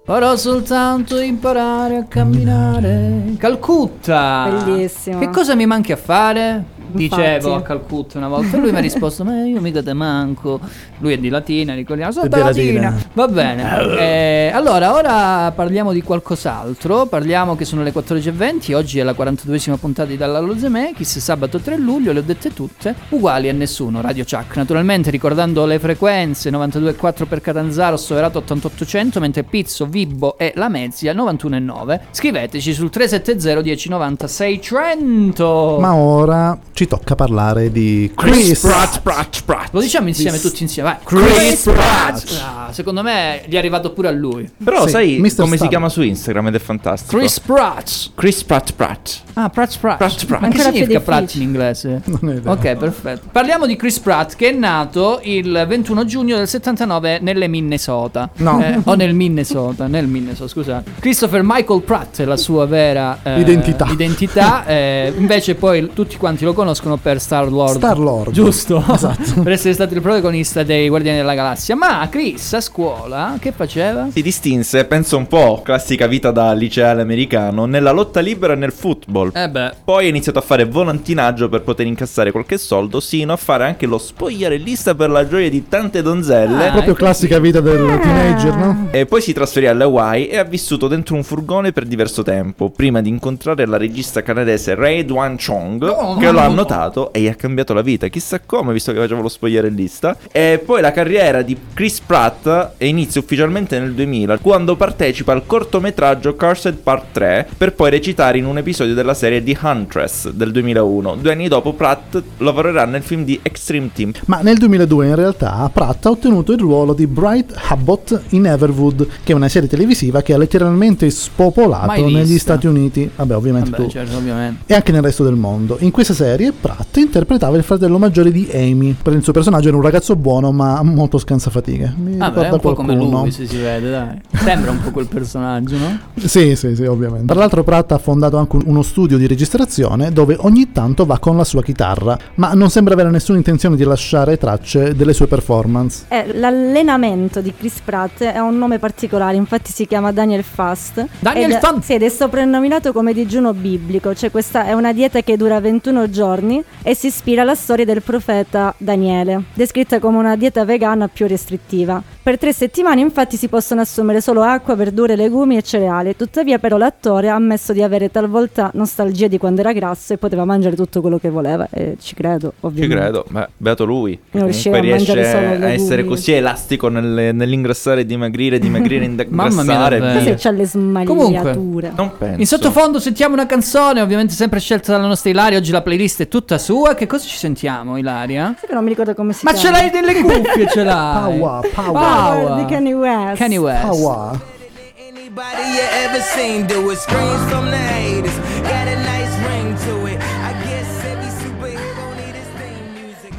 [SPEAKER 6] Vorrò soltanto imparare a camminare. Calcutta!
[SPEAKER 4] Bellissimo.
[SPEAKER 6] Che cosa mi manchi a fare?
[SPEAKER 4] Infatti.
[SPEAKER 6] Dicevo a Calcutta una volta. E lui mi ha risposto: Ma io mica te manco. Lui è di latina, ricordiamo. Sono
[SPEAKER 14] È
[SPEAKER 6] da
[SPEAKER 14] di
[SPEAKER 6] latina.
[SPEAKER 14] latina.
[SPEAKER 6] Va bene. Eh, allora, ora parliamo di qualcos'altro. Parliamo che sono le 14.20. Oggi è la 42esima puntata di Dalla Lozemekis. Sabato 3 luglio. Le ho dette tutte. Uguali a nessuno. Radio Chuck. Naturalmente, ricordando le frequenze: 92.4 per Catanzaro, Soverato 8800. Mentre Pizzo, Vibbo e La Mezia 91.9. Scriveteci sul 370 1090 600.
[SPEAKER 2] Ma ora ci tocca parlare di Chris.
[SPEAKER 6] Pratt, Pratt, Pratt. Lo diciamo insieme,
[SPEAKER 2] Chris-
[SPEAKER 6] tutti insieme. Vai.
[SPEAKER 2] Chris Pratt.
[SPEAKER 6] Ah, secondo me gli è arrivato pure a lui.
[SPEAKER 3] Però sai come si
[SPEAKER 6] Star.
[SPEAKER 3] chiama su Instagram ed è fantastico.
[SPEAKER 6] Chris Pratt.
[SPEAKER 3] Chris Pratt Pratt.
[SPEAKER 6] Ah, Pratt Pratt.
[SPEAKER 3] Pratt Pratt.
[SPEAKER 6] Ma che
[SPEAKER 3] Ancora più
[SPEAKER 6] significa
[SPEAKER 3] difficile.
[SPEAKER 6] Pratt in inglese?
[SPEAKER 2] vero.
[SPEAKER 6] Ok, perfetto. Parliamo di Chris Pratt che è nato il 21 giugno del 79 nelle Minnesota.
[SPEAKER 2] No.
[SPEAKER 6] Eh, o nel Minnesota, nel Minnesota, scusate. Christopher Michael Pratt è la sua vera eh,
[SPEAKER 2] Identità.
[SPEAKER 6] identità, eh, invece poi tutti quanti lo conoscono per Star Lord.
[SPEAKER 2] Star Lord. Esatto.
[SPEAKER 6] Giusto. per essere stato il protagonista dei Guardiani della Galassia. Ma Chris a scuola che faceva?
[SPEAKER 3] Si distinse, penso un po', classica vita da liceale americano, nella lotta libera e nel football.
[SPEAKER 6] Eh beh.
[SPEAKER 3] Poi ha iniziato a fare volantinaggio per poter incassare qualche soldo, sino a fare anche lo spogliarellista per la gioia di tante
[SPEAKER 6] Ah,
[SPEAKER 3] donzelle.
[SPEAKER 2] Proprio classica vita del teenager, no?
[SPEAKER 3] E poi si trasferì alle Hawaii e ha vissuto dentro un furgone per diverso tempo, prima di incontrare la regista canadese Ray Duan Chong,
[SPEAKER 6] No,
[SPEAKER 3] che lo ha
[SPEAKER 6] no.
[SPEAKER 3] notato e gli ha cambiato la vita, chissà come, visto che facevo lo spogliarellista. E poi la carriera di Chris Pratt inizia ufficialmente nel 2000, quando partecipa al cortometraggio Cursed Part 3, per poi recitare in un episodio della serie The Huntress del 2001. Due anni dopo Pratt lavorerà nel film di Extreme Team.
[SPEAKER 2] Ma nel 2002 in realtà Pratt ha ottenuto il ruolo di Bright Abbott in Everwood, che è una serie televisiva che ha letteralmente
[SPEAKER 6] Mai
[SPEAKER 2] spopolato
[SPEAKER 6] vista.
[SPEAKER 2] negli Stati Uniti. Vabbè, ovviamente
[SPEAKER 6] Vabbè,
[SPEAKER 2] tu.
[SPEAKER 6] certo, ovviamente.
[SPEAKER 2] E anche nel resto del mondo. In questa serie Pratt interpretava il fratello maggiore di Amy. Per il suo personaggio era un ragazzo buono ma molto scansafatiche. Mi
[SPEAKER 6] Ah, beh, è
[SPEAKER 2] ricorda
[SPEAKER 6] un po'
[SPEAKER 2] qualcuno. Eh,
[SPEAKER 6] come lui, se si vede, dai. Sembra un po' quel personaggio, no?
[SPEAKER 2] Sì, sì, sì, ovviamente. Tra l'altro Pratt ha fondato anche un- uno studio di registrazione dove ogni tanto va con la sua chitarra, ma non sembra avere nessuna intenzione di lasciare tracce delle sue performance.
[SPEAKER 4] Eh, l'allenamento di Chris Pratt è un nome particolare, infatti si chiama Daniel Fast.
[SPEAKER 6] Daniel
[SPEAKER 4] ed,
[SPEAKER 6] Fast?
[SPEAKER 4] Sì, ed è soprannominato come digiuno biblico, cioè questa è una dieta che dura 21 giorni e si ispira alla storia del profeta Daniele, descritta come una dieta vegana più restrittiva. Per tre settimane infatti si possono assumere solo acqua, verdure, legumi e cereali, tuttavia però l'attore ha ammesso di avere talvolta nostalgia di quando era grasso e poteva mangiare tutto quello che voleva, e ci credo
[SPEAKER 6] Mm.
[SPEAKER 3] Ci
[SPEAKER 4] ovviamente.
[SPEAKER 3] credo, beh, beato lui.
[SPEAKER 4] Non riusciva
[SPEAKER 3] Comunque
[SPEAKER 4] a mangiare
[SPEAKER 3] riesce
[SPEAKER 4] solo legumi.
[SPEAKER 3] a essere così elastico nel- nell'ingrassare, dimagrire, dimagrire,
[SPEAKER 6] Mamma mia,
[SPEAKER 3] ingrassare.
[SPEAKER 6] davvero.
[SPEAKER 4] Sai se c'ha le smagliature.
[SPEAKER 3] non penso.
[SPEAKER 6] In sottofondo sentiamo una canzone, ovviamente sempre scelta dalla nostra Ilaria. Oggi la playlist è tutta sua. Che cosa ci sentiamo, Ilaria?
[SPEAKER 4] Sai che non mi ricordo come si
[SPEAKER 6] Ma ce
[SPEAKER 4] chiama.
[SPEAKER 6] l'hai delle cuffie, ce l'hai.
[SPEAKER 2] Paua, paua.
[SPEAKER 4] Power di Kanye West.
[SPEAKER 6] Kanye West.
[SPEAKER 2] Paua.
[SPEAKER 9] Anybody you ever seen do it screams from the haters. Got a nice ring to it. I guess every superhero need his theme music.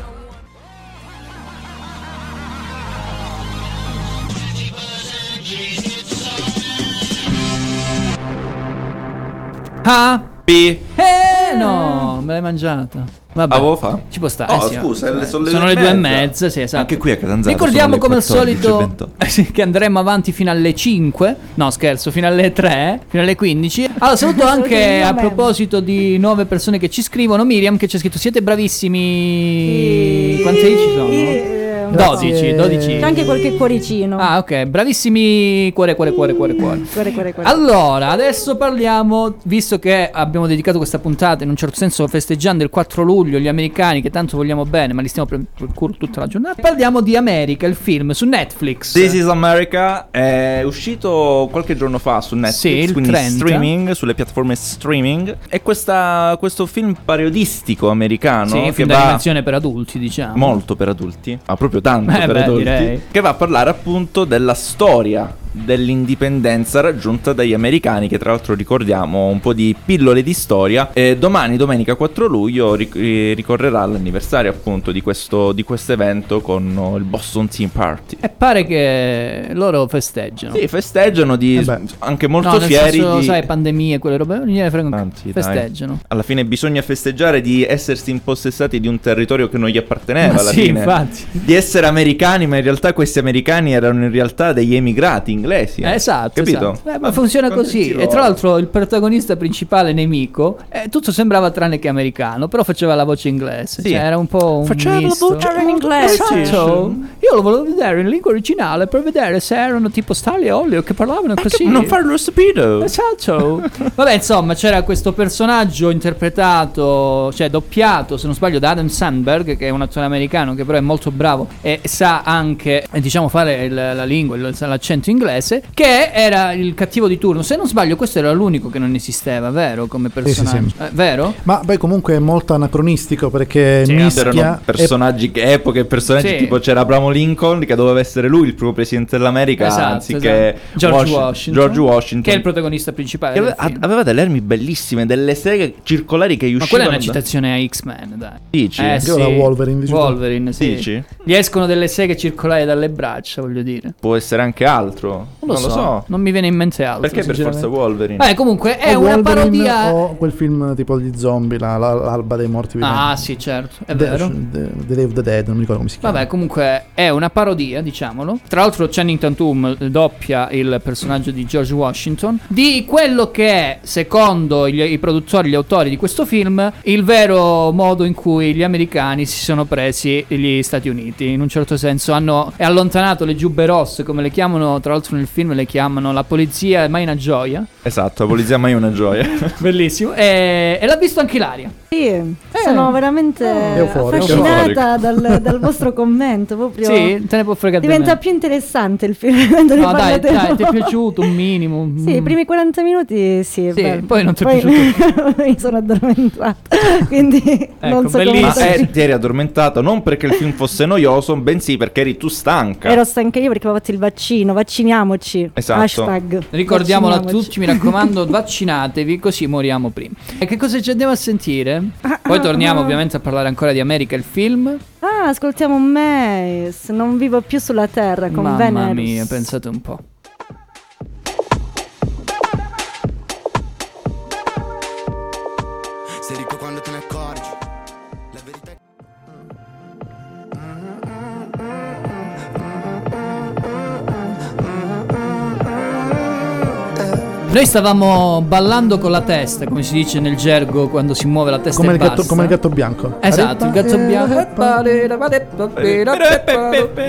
[SPEAKER 6] Ah?
[SPEAKER 3] P.
[SPEAKER 6] Eh no, me l'hai mangiata. Vabbè,
[SPEAKER 3] Avevo fa?
[SPEAKER 6] ci può stare.
[SPEAKER 3] Oh,
[SPEAKER 6] Eh sì,
[SPEAKER 3] scusa,
[SPEAKER 6] vabbè.
[SPEAKER 3] sono le
[SPEAKER 6] sono
[SPEAKER 3] due e
[SPEAKER 6] le due e
[SPEAKER 3] mezza.
[SPEAKER 6] mezza, sì, esatto.
[SPEAKER 3] Anche qui a Catanzaro
[SPEAKER 6] Ricordiamo
[SPEAKER 3] sono
[SPEAKER 6] come
[SPEAKER 3] le
[SPEAKER 6] al
[SPEAKER 3] 14 e
[SPEAKER 6] solito Eh sì, che andremo avanti fino alle 5. No, scherzo, fino alle 3, fino alle 15. Allora, saluto anche a proposito di nuove persone che ci scrivono. Miriam che ci ha scritto: Siete bravissimi. Quanti ci sono? 12, 12.
[SPEAKER 4] eh, C'è anche qualche cuoricino.
[SPEAKER 6] Ah, ok, bravissimi. Cuore, cuore, cuore, cuore, cuore.
[SPEAKER 4] Guarda, guarda, guarda.
[SPEAKER 6] Allora, adesso parliamo, visto che abbiamo dedicato questa puntata in un certo senso festeggiando il 4 luglio gli americani che tanto vogliamo bene, ma li stiamo pre- per culo tutta la giornata. Parliamo di America, il film su Netflix.
[SPEAKER 3] This is America è uscito qualche giorno fa su
[SPEAKER 6] Sì,
[SPEAKER 3] Netflix,
[SPEAKER 6] il
[SPEAKER 3] quindi
[SPEAKER 6] 30.
[SPEAKER 3] streaming, sulle piattaforme streaming. E questa- questo film parodistico americano
[SPEAKER 6] sì,
[SPEAKER 3] che
[SPEAKER 6] film
[SPEAKER 3] va
[SPEAKER 6] d'animazione per adulti, diciamo.
[SPEAKER 3] molto per adulti, ma Ah, proprio tanto
[SPEAKER 6] Eh
[SPEAKER 3] per
[SPEAKER 6] beh,
[SPEAKER 3] adulti,
[SPEAKER 6] direi.
[SPEAKER 3] che va a parlare appunto della storia dell'indipendenza raggiunta dagli americani che tra l'altro ricordiamo un po' di pillole di storia e domani domenica 4 luglio ric- eh, ricorrerà l'anniversario appunto di questo di questo evento con oh, il Boston Team Party
[SPEAKER 6] E pare che loro festeggiano.
[SPEAKER 3] sì festeggiano di anche molto
[SPEAKER 6] no, nel
[SPEAKER 3] fieri
[SPEAKER 6] senso,
[SPEAKER 3] di
[SPEAKER 6] sai, pandemie, quelle robe, non gliene frega un
[SPEAKER 3] Anzi,
[SPEAKER 6] cazzo.
[SPEAKER 3] dai.
[SPEAKER 6] Festeggiano.
[SPEAKER 3] alla fine bisogna festeggiare di essersi impossessati di un territorio che non gli apparteneva
[SPEAKER 6] Ma
[SPEAKER 3] alla
[SPEAKER 6] sì,
[SPEAKER 3] fine.
[SPEAKER 6] infatti.
[SPEAKER 3] Di essere americani, ma in realtà questi americani erano in realtà degli emigrati inglesi.
[SPEAKER 6] Eh, esatto,
[SPEAKER 3] Capito? Ah,
[SPEAKER 6] esatto. Eh, ma funziona così. E tra l'altro il protagonista principale nemico, eh, tutto sembrava tranne che americano, però faceva la voce inglese.
[SPEAKER 3] Sì.
[SPEAKER 6] Cioè, era un po' un
[SPEAKER 1] Faceva la
[SPEAKER 6] misto.
[SPEAKER 1] voce in inglese.
[SPEAKER 6] Esatto. Io lo volevo vedere in lingua originale per vedere se erano tipo Stali e Olio che parlavano così.
[SPEAKER 3] Non farlo stupido.
[SPEAKER 6] Esatto. Vabbè, insomma, c'era questo personaggio interpretato, cioè doppiato, se non sbaglio, da Adam Sandberg, che è un attore americano che però è molto bravo e sa anche, eh, diciamo, fare il- la lingua, il- l'accento inglese, che era il cattivo di turno. Se non sbaglio, questo era l'unico che non esisteva, vero? Come
[SPEAKER 2] sì, sì.
[SPEAKER 6] personaggio. Eh, vero?
[SPEAKER 2] Ma beh, comunque è molto anacronistico perché
[SPEAKER 3] Erano
[SPEAKER 2] mischia.
[SPEAKER 3] personaggi, che- epoche, personaggi
[SPEAKER 6] Sì.
[SPEAKER 3] tipo c'era Abramo Lincoln che doveva essere lui il primo presidente dell'America
[SPEAKER 6] Esatto,
[SPEAKER 3] anziché
[SPEAKER 6] esatto. George
[SPEAKER 3] Washi-
[SPEAKER 6] Washington.
[SPEAKER 3] George Washington.
[SPEAKER 6] Che è il protagonista principale.
[SPEAKER 3] Che
[SPEAKER 6] del
[SPEAKER 3] aveva,
[SPEAKER 6] film.
[SPEAKER 3] aveva delle armi bellissime, delle seghe circolari che
[SPEAKER 6] Ma
[SPEAKER 3] uscivano.
[SPEAKER 6] quella è una
[SPEAKER 3] da-
[SPEAKER 6] citazione a X-Men, dai.
[SPEAKER 3] Dici?
[SPEAKER 6] Eh,
[SPEAKER 3] Io
[SPEAKER 6] sì.
[SPEAKER 2] la Wolverine, dici tu.
[SPEAKER 6] Wolverine, sì.
[SPEAKER 3] Dici?
[SPEAKER 6] Gli escono delle seghe circolari dalle braccia, voglio dire.
[SPEAKER 3] Può essere anche altro.
[SPEAKER 6] Non lo, so. non mi viene in mente altro.
[SPEAKER 3] Perché per forza Wolverine?
[SPEAKER 6] Eh, comunque è
[SPEAKER 2] O
[SPEAKER 6] una
[SPEAKER 2] Oh, Wolverine oh.
[SPEAKER 6] parodia.
[SPEAKER 2] O quel film tipo gli zombie, la- la- l'alba dei morti viventi.
[SPEAKER 6] Ah, sì, certo, è
[SPEAKER 2] The-
[SPEAKER 6] vero.
[SPEAKER 2] The, The Day of the Dead, non mi ricordo come si chiama.
[SPEAKER 6] Vabbè, comunque è una parodia, diciamolo. Tra l'altro, Channing Tatum doppia il personaggio di George Washington. Di quello che è, secondo gli- i produttori, gli autori di questo film, il vero modo in cui gli americani si sono presi gli Stati Uniti. In un certo senso, hanno è allontanato le giubbe rosse, come le chiamano. Tra l'altro, nel film le chiamano la polizia, mai una gioia.
[SPEAKER 3] Esatto, la polizia mai è una gioia.
[SPEAKER 6] Bellissimo. E, e l'ha visto anche Ilaria.
[SPEAKER 4] Sì,
[SPEAKER 6] Eh.
[SPEAKER 4] sono veramente
[SPEAKER 3] Euforico.
[SPEAKER 4] affascinata dal, dal vostro commento. Proprio
[SPEAKER 6] Sì, te ne può fregare
[SPEAKER 4] diventa
[SPEAKER 6] bene.
[SPEAKER 4] più interessante il film quando ne
[SPEAKER 6] No, dai,
[SPEAKER 4] parlate
[SPEAKER 6] dai, ti è
[SPEAKER 4] voi.
[SPEAKER 6] piaciuto un minimo.
[SPEAKER 4] Sì, i
[SPEAKER 6] Mm.
[SPEAKER 4] primi 40 minuti sì,
[SPEAKER 6] Sì,
[SPEAKER 4] bello.
[SPEAKER 6] poi non ti è
[SPEAKER 4] mi sono addormentata, quindi
[SPEAKER 6] Ecco,
[SPEAKER 4] non so come...
[SPEAKER 3] Ma
[SPEAKER 4] sto-
[SPEAKER 3] eh, ti eri addormentato non perché il film fosse noioso, bensì perché eri tu stanca.
[SPEAKER 4] Ero stanca io perché avevo fatto il vaccino, vacciniamoci.
[SPEAKER 3] Esatto.
[SPEAKER 4] Hashtag.
[SPEAKER 6] Ricordiamolo a
[SPEAKER 4] vacciniamoci.
[SPEAKER 6] tutti, mi raccomando, vaccinatevi così moriamo prima. E che cosa ci andiamo a sentire? Poi torniamo ovviamente a parlare ancora di America, il film.
[SPEAKER 4] Ah, ascoltiamo Mace, non vivo più sulla terra con
[SPEAKER 6] Mamma
[SPEAKER 4] Venere.
[SPEAKER 6] mia, pensate un po'.
[SPEAKER 13] Sei ricco quando te ne accorgi. La verità è
[SPEAKER 6] Noi stavamo ballando con la testa, come si dice nel gergo quando si muove la testa
[SPEAKER 2] Come
[SPEAKER 6] e
[SPEAKER 2] il, gatto,
[SPEAKER 6] basta.
[SPEAKER 2] come il gatto bianco.
[SPEAKER 6] Esatto, il gatto
[SPEAKER 4] Eh,
[SPEAKER 6] bianco.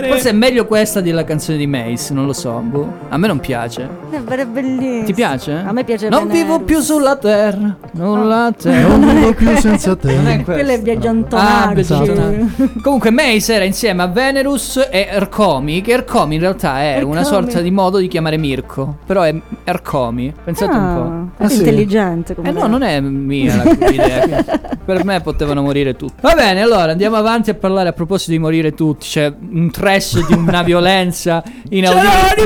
[SPEAKER 6] Forse è meglio questa della canzone di Mace, non lo so. boh. A me non piace.
[SPEAKER 4] È vero, Eh, è bellissimo.
[SPEAKER 6] Ti piace?
[SPEAKER 4] A me piace
[SPEAKER 6] Non
[SPEAKER 4] Venere.
[SPEAKER 6] vivo più sulla terra. Non la terra.
[SPEAKER 2] Non vivo più senza te.
[SPEAKER 6] Non è
[SPEAKER 4] Quello è Biagio
[SPEAKER 6] Ah,
[SPEAKER 4] Antonacci.
[SPEAKER 6] Biagio Antonacci. Comunque Mace era insieme a Venerus e Ercomi, che Ercomi in realtà è una
[SPEAKER 4] Ercomi.
[SPEAKER 6] sorta di modo di chiamare Mirko, però è Ercomi, pensate un po'.
[SPEAKER 4] Ah, intelligente come
[SPEAKER 6] Eh no, non è mia la idea. per me potevano morire tutti. Va bene, allora andiamo avanti a parlare a proposito di morire tutti, c'è un trash di una violenza inaudita.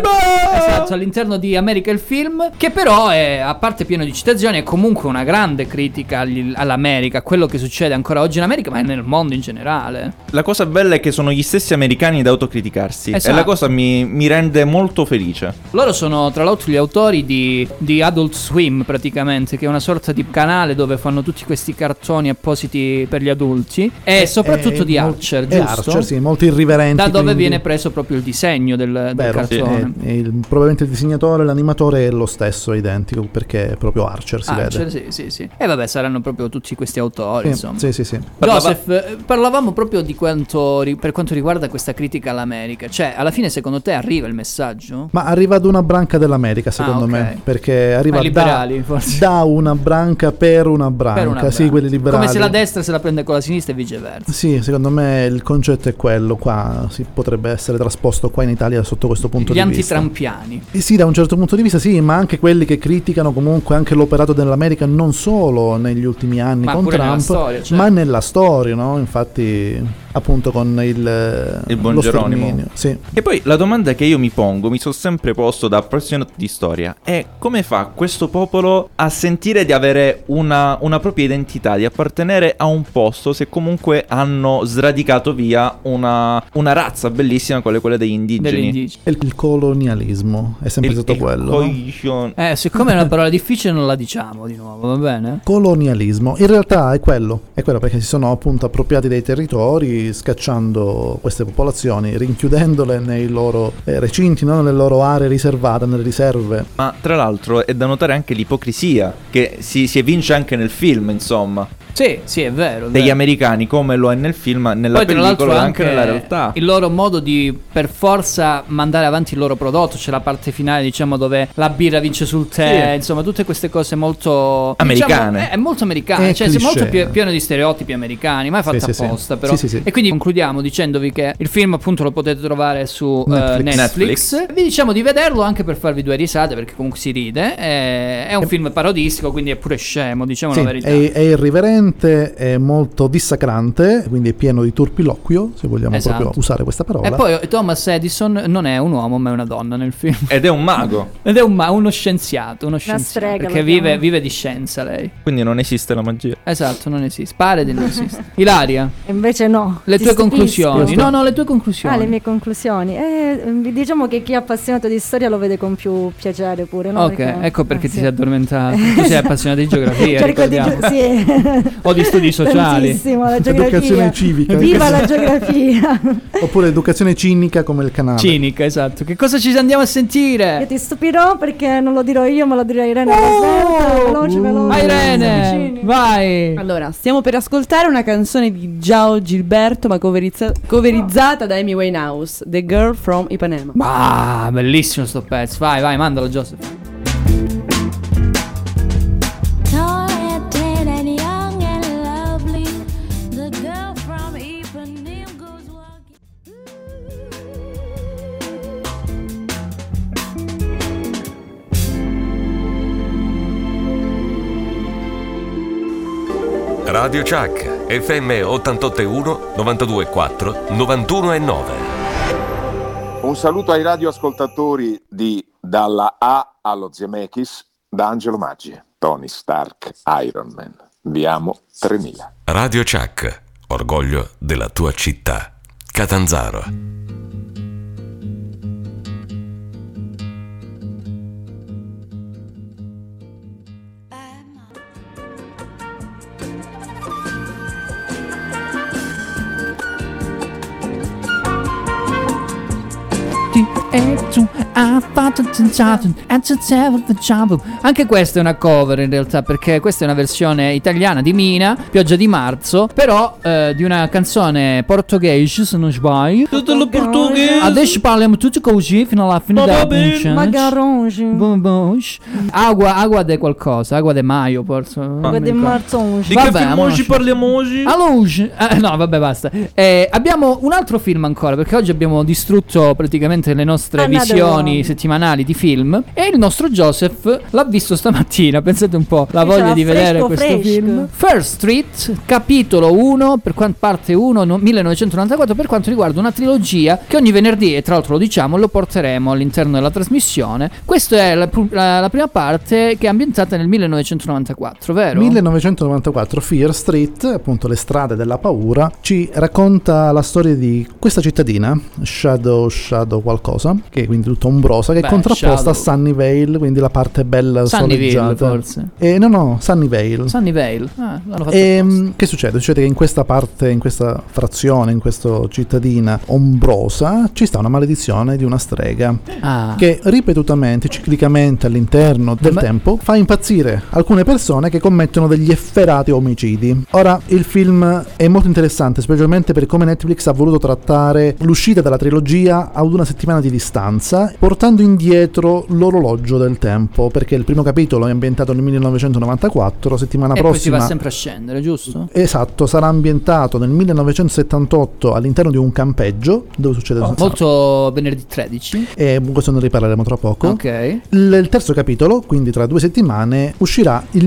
[SPEAKER 6] Esatto, all'interno di America il film, che però è, a parte pieno di citazioni, è comunque una grande critica agli- all'America, a quello che succede ancora oggi in America, ma è nel mondo in generale.
[SPEAKER 3] La cosa bella è che sono gli stessi americani ad autocriticarsi.
[SPEAKER 6] Esatto.
[SPEAKER 3] E la cosa mi, mi rende molto felice.
[SPEAKER 6] Loro sono tra l'altro gli autori di di Adult Swim praticamente, che è una sorta di canale dove fanno tutti questi cartoni appositi per gli adulti e
[SPEAKER 2] Eh,
[SPEAKER 6] soprattutto
[SPEAKER 2] eh,
[SPEAKER 6] di
[SPEAKER 2] mol-
[SPEAKER 6] Archer,
[SPEAKER 2] eh,
[SPEAKER 6] giusto?
[SPEAKER 2] Archer, sì, molto irriverenti.
[SPEAKER 6] Da dove
[SPEAKER 2] quindi-
[SPEAKER 6] viene preso proprio il disegno del, del
[SPEAKER 2] Vero, sì,
[SPEAKER 6] cartone.
[SPEAKER 2] eh, il- probabilmente il disegnatore, l'animatore è lo stesso, identico, perché è proprio Archer si
[SPEAKER 6] Ah, Archer,
[SPEAKER 2] vede.
[SPEAKER 6] cioè, sì, sì, sì. E vabbè, saranno proprio tutti questi autori,
[SPEAKER 2] Sì,
[SPEAKER 6] insomma.
[SPEAKER 2] sì, sì, sì.
[SPEAKER 6] Joseph, eh, parlavamo proprio di quanto, ri- per quanto riguarda questa critica all'America. Cioè, alla fine, secondo te arriva il messaggio?
[SPEAKER 2] Ma arriva ad una branca dell'America,
[SPEAKER 6] Ah,
[SPEAKER 2] secondo me, perché arriva
[SPEAKER 6] Ai liberali,
[SPEAKER 2] da, da una branca per una branca,
[SPEAKER 6] Per una branca.
[SPEAKER 2] sì, quelli liberali.
[SPEAKER 6] Come se la destra se la prende con la sinistra e viceversa.
[SPEAKER 2] Sì, secondo me il concetto è quello qua, si potrebbe essere trasposto qua in Italia sotto questo punto
[SPEAKER 6] Gli
[SPEAKER 2] di vista.
[SPEAKER 6] antitrampiani.
[SPEAKER 2] Eh Sì, da un certo punto di vista sì, ma anche quelli che criticano comunque anche l'operato dell'America non solo negli ultimi anni
[SPEAKER 6] Ma
[SPEAKER 2] con
[SPEAKER 6] pure nella
[SPEAKER 2] Trump,
[SPEAKER 6] storia, certo.
[SPEAKER 2] ma nella storia, no? Infatti, appunto con il, eh,
[SPEAKER 3] Il buon
[SPEAKER 2] lo
[SPEAKER 3] Geronimo.
[SPEAKER 2] sterminio, Sì.
[SPEAKER 3] E poi la domanda che io mi pongo, mi sono sempre posto da appassionato di storia, è come fa questo popolo a sentire di avere una, una propria identità, di appartenere a un posto se comunque hanno sradicato via una, una razza bellissima quale quella degli indigeni.
[SPEAKER 2] E il colonialismo è sempre stato quello. no?
[SPEAKER 3] Coglion-
[SPEAKER 6] Eh, siccome è una parola difficile, non la diciamo di nuovo, va bene?
[SPEAKER 2] Colonialismo, in realtà è quello, è quello perché si sono appunto appropriati dei territori scacciando queste popolazioni, rinchiudendole nei loro eh, recinti, no? nelle loro aree riservate, nelle riserve.
[SPEAKER 3] Ma tra l'altro è da notare anche l'ipocrisia che si, si evince anche nel film, insomma,
[SPEAKER 6] Sì, sì, è vero. è
[SPEAKER 3] degli
[SPEAKER 6] vero.
[SPEAKER 3] americani come lo è nel film, nella
[SPEAKER 6] Poi, tra l'altro,
[SPEAKER 3] pellicola e anche
[SPEAKER 6] anche
[SPEAKER 3] nella realtà.
[SPEAKER 6] il loro modo di per forza mandare avanti il loro prodotto. C'è la parte finale, diciamo, dove la birra vince sul tè.
[SPEAKER 3] Sì.
[SPEAKER 6] Insomma, tutte queste cose molto
[SPEAKER 3] Americane.
[SPEAKER 6] diciamo, è, è molto americane,
[SPEAKER 3] È
[SPEAKER 6] cioè, sì, molto
[SPEAKER 3] Eh, cliché.
[SPEAKER 6] pi- pieno di stereotipi americani. Ma è fatta
[SPEAKER 3] Sì, sì, sì.
[SPEAKER 6] apposta, però.
[SPEAKER 3] Sì, sì, sì.
[SPEAKER 6] E quindi concludiamo dicendovi che il film, appunto, lo potete trovare su eh, Netflix.
[SPEAKER 3] Netflix. Netflix.
[SPEAKER 6] Vi diciamo di vederlo anche per farvi due risate, perché comunque si ride. eh, È un film parodistico, quindi è pure scemo, diciamo
[SPEAKER 2] Sì,
[SPEAKER 6] la verità.
[SPEAKER 2] è, è irriverente, è molto dissacrante, quindi è pieno di turpiloquio, se vogliamo
[SPEAKER 6] Esatto.
[SPEAKER 2] proprio usare questa parola.
[SPEAKER 6] E poi Thomas Edison non è un uomo, ma è una donna nel film.
[SPEAKER 3] Ed è un mago,
[SPEAKER 6] Ed è un ma- uno scienziato, uno scienziato
[SPEAKER 4] strega,
[SPEAKER 6] perché
[SPEAKER 4] lo
[SPEAKER 6] vive,
[SPEAKER 4] chiamano.
[SPEAKER 6] vive di scienza lei.
[SPEAKER 3] quindi non esiste la magia.
[SPEAKER 6] Esatto, non esiste. Pare di non esistere. Ilaria,
[SPEAKER 4] Invece no.
[SPEAKER 6] le
[SPEAKER 4] ti
[SPEAKER 6] tue
[SPEAKER 4] stupisco.
[SPEAKER 6] conclusioni. No, no, le tue conclusioni.
[SPEAKER 4] Ah, le mie conclusioni. Eh, diciamo che chi è appassionato di storia lo vede con più piacere pure, no?
[SPEAKER 6] ok,
[SPEAKER 4] Perché-
[SPEAKER 6] ecco perché
[SPEAKER 4] eh,
[SPEAKER 6] ti
[SPEAKER 4] sì.
[SPEAKER 6] sei addormentata. Tu sei appassionata di geografia,
[SPEAKER 4] Cerco di
[SPEAKER 6] ricordiamo.
[SPEAKER 4] giu- sì.
[SPEAKER 6] O di studi sociali.
[SPEAKER 4] Tantissimo, la
[SPEAKER 2] Educazione
[SPEAKER 4] geografia.
[SPEAKER 2] civica.
[SPEAKER 4] Viva la geografia!
[SPEAKER 2] Oppure educazione cinica come il canale.
[SPEAKER 6] Cinica, esatto. Che cosa ci andiamo a sentire?
[SPEAKER 4] Io ti stupirò perché non lo dirò io, ma lo dirà Irene. Rosetta. Veloce, veloce.
[SPEAKER 6] Vai Irene,
[SPEAKER 15] Vicini.
[SPEAKER 6] vai.
[SPEAKER 15] Allora, stiamo per ascoltare una canzone di Giao Gilberto, ma coverizza- coverizzata da Amy Winehouse, The Girl from Ipanema.
[SPEAKER 6] Ah, bellissimo sto pezzo. Vai, vai, mandalo Joseph.
[SPEAKER 16] Tall and tan and young and lovely. The girl from Ipanema goes walking.
[SPEAKER 17] Radio Chuck, FM 881 924 91 e 9.
[SPEAKER 18] Un saluto ai radioascoltatori di Dalla A allo Zemeckis da Angelo Maggi, Tony Stark, Iron Man. Vi amo 3000.
[SPEAKER 17] Radio Chuck, orgoglio della tua città. Catanzaro.
[SPEAKER 6] Anche questa è una cover in realtà perché questa è una versione italiana di Mina, Pioggia di marzo, però eh, di una canzone portoghese se non sbaglio. Adesso parliamo tutti così fino alla fine
[SPEAKER 4] Ma
[SPEAKER 6] della
[SPEAKER 4] va bene.
[SPEAKER 6] puntata.
[SPEAKER 4] Ma garange.
[SPEAKER 6] Bum, bum. Agua, agua de qualcosa, agua de maio forse. non mi
[SPEAKER 4] de
[SPEAKER 6] ricordo.
[SPEAKER 4] marzo.
[SPEAKER 6] Vabbè, mo non ci-
[SPEAKER 3] parliamo oggi?
[SPEAKER 6] Alloggi. Eh, no, vabbè, basta. Eh, abbiamo un altro film ancora, perché oggi abbiamo distrutto praticamente le nostre
[SPEAKER 4] Another
[SPEAKER 6] visioni
[SPEAKER 4] one.
[SPEAKER 6] settimanali di film. E il nostro Joseph l'ha visto stamattina. Pensate un po', la
[SPEAKER 4] Sì,
[SPEAKER 6] voglia
[SPEAKER 4] sarà
[SPEAKER 6] di vedere
[SPEAKER 4] fresco,
[SPEAKER 6] questo
[SPEAKER 4] fresco.
[SPEAKER 6] film. First Street, capitolo 1, per quanto parte 1, no- 1994, per quanto riguarda una trilogia che ogni venerdì, e tra l'altro lo diciamo, lo porteremo all'interno della trasmissione. Questa è la, pr- la- la prima parte che è ambientata nel 1994, vero?
[SPEAKER 2] 1994 Fear Street, appunto le strade della paura, ci racconta la storia di questa cittadina, Shadow Shadow qualcosa, ombrosa, che è quindi tutta ombrosa, che
[SPEAKER 6] Beh,
[SPEAKER 2] è
[SPEAKER 6] Shadow.
[SPEAKER 2] contrapposta a Sunnyvale, quindi la parte bella
[SPEAKER 6] Sunnyvale,
[SPEAKER 2] soleggiata.
[SPEAKER 6] forse.
[SPEAKER 2] Eh, no, no, Sunnyvale.
[SPEAKER 6] Sunnyvale. Ah, l'hanno fatto
[SPEAKER 2] Ehm, che succede? Succede che in questa parte, in questa frazione, in questa cittadina ombrosa, ci sta una maledizione di una strega
[SPEAKER 6] Ah.
[SPEAKER 2] che ripetutamente, ciclicamente all'interno del tempo fa impazzire alcune persone che commettono degli efferati omicidi. Ora, il film è molto interessante, specialmente per come Netflix ha voluto trattare l'uscita dalla trilogia ad una settimana di distanza, portando indietro l'orologio del tempo, perché il primo capitolo è ambientato nel 1994, settimana
[SPEAKER 6] e poi si
[SPEAKER 2] prossima...
[SPEAKER 6] va sempre a scendere, giusto?
[SPEAKER 2] Esatto, sarà ambientato nel 1978 all'interno di un campeggio dove succede un sacco-
[SPEAKER 6] Oh, Molto venerdì 13.
[SPEAKER 2] e questo ne riparleremo tra poco.
[SPEAKER 6] Ok.
[SPEAKER 2] Il, il terzo capitolo, quindi tra due settimane, uscirà il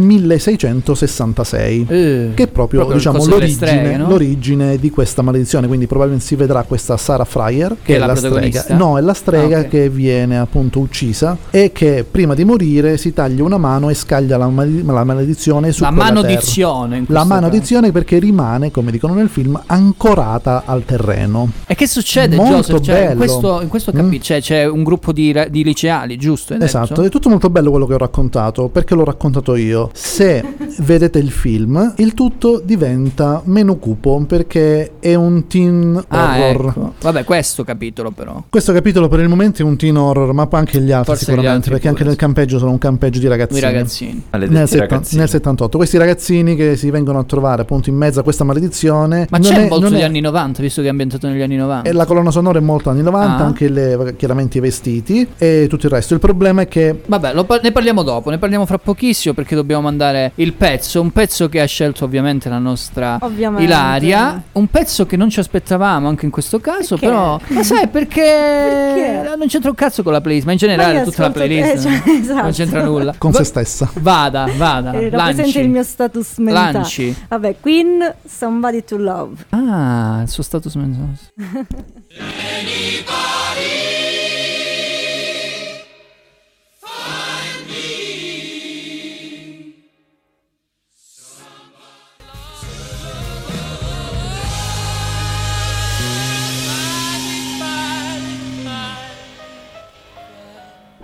[SPEAKER 2] 1666, che
[SPEAKER 6] Eh,
[SPEAKER 2] è proprio,
[SPEAKER 6] proprio il
[SPEAKER 2] diciamo,
[SPEAKER 6] coso delle
[SPEAKER 2] l'origine,
[SPEAKER 6] streghe, no?
[SPEAKER 2] l'origine di questa maledizione. Quindi probabilmente si vedrà questa Sarah Fryer, che,
[SPEAKER 6] è la
[SPEAKER 2] strega.
[SPEAKER 6] protagonista?
[SPEAKER 2] No, è la strega
[SPEAKER 6] Ah, ok.
[SPEAKER 2] che viene appunto uccisa e che prima di morire si taglia una mano e scaglia la, mal- la maledizione su
[SPEAKER 6] La
[SPEAKER 2] quella terra.
[SPEAKER 6] manodizione. in
[SPEAKER 2] La
[SPEAKER 6] questo caso.
[SPEAKER 2] maledizione perché rimane, come dicono nel film, ancorata al terreno.
[SPEAKER 6] E che succede,
[SPEAKER 2] Molto
[SPEAKER 6] Joseph? Cioè, in
[SPEAKER 2] bello. Mm.
[SPEAKER 6] questo, in questo capi- cioè, c'è un gruppo di, ra- di liceali, giusto? Hai detto?
[SPEAKER 2] Esatto, è tutto molto bello quello che ho raccontato, perché l'ho raccontato io. Se vedete il film, il tutto diventa meno cupo perché è un teen
[SPEAKER 6] Ah,
[SPEAKER 2] horror.
[SPEAKER 6] ecco. Vabbè, questo capitolo però.
[SPEAKER 2] Questo capitolo per il momento è un teen horror, ma poi anche gli altri
[SPEAKER 6] Forse gli
[SPEAKER 2] sicuramente,
[SPEAKER 6] altri
[SPEAKER 2] perché
[SPEAKER 6] pure,
[SPEAKER 2] anche nel campeggio sono un campeggio di ragazzini.
[SPEAKER 6] I ragazzini.
[SPEAKER 3] Maledetti
[SPEAKER 2] Nel, setta-
[SPEAKER 3] ragazzini.
[SPEAKER 2] nel 78, questi ragazzini che si vengono a trovare appunto in mezzo a questa maledizione.
[SPEAKER 6] Ma
[SPEAKER 2] non
[SPEAKER 6] c'è
[SPEAKER 2] è-
[SPEAKER 6] molto
[SPEAKER 2] non
[SPEAKER 6] degli
[SPEAKER 2] è-
[SPEAKER 6] anni 90, visto che è ambientato negli anni 90.
[SPEAKER 2] E la colonna sonora è molto anni 90,
[SPEAKER 6] Ah.
[SPEAKER 2] anche le- chiaramente i vestiti e tutto il resto. Il problema è che
[SPEAKER 6] Vabbè, lo par- ne parliamo dopo, ne parliamo fra pochissimo perché dobbiamo mandare il pezzo, un pezzo che ha scelto ovviamente la nostra
[SPEAKER 4] Ovviamente.
[SPEAKER 6] Ilaria, un pezzo che non ci aspettavamo anche in questo caso,
[SPEAKER 4] Perché?
[SPEAKER 6] però ma sai perché,
[SPEAKER 4] Perché?
[SPEAKER 6] non c'entra un cazzo con la playlist, ma in generale
[SPEAKER 4] Ma io
[SPEAKER 6] tutta la
[SPEAKER 4] ascolto-
[SPEAKER 6] playlist
[SPEAKER 4] eh, cioè, esatto.
[SPEAKER 6] non c'entra nulla.
[SPEAKER 2] con
[SPEAKER 6] Va-
[SPEAKER 2] se stessa.
[SPEAKER 6] Vada, vada,
[SPEAKER 4] Eh,
[SPEAKER 6] lanci.
[SPEAKER 4] rappresenta il mio status mentale.
[SPEAKER 6] Lanci.
[SPEAKER 4] Vabbè, Queen, Somebody to Love.
[SPEAKER 6] Ah, il suo status mentale.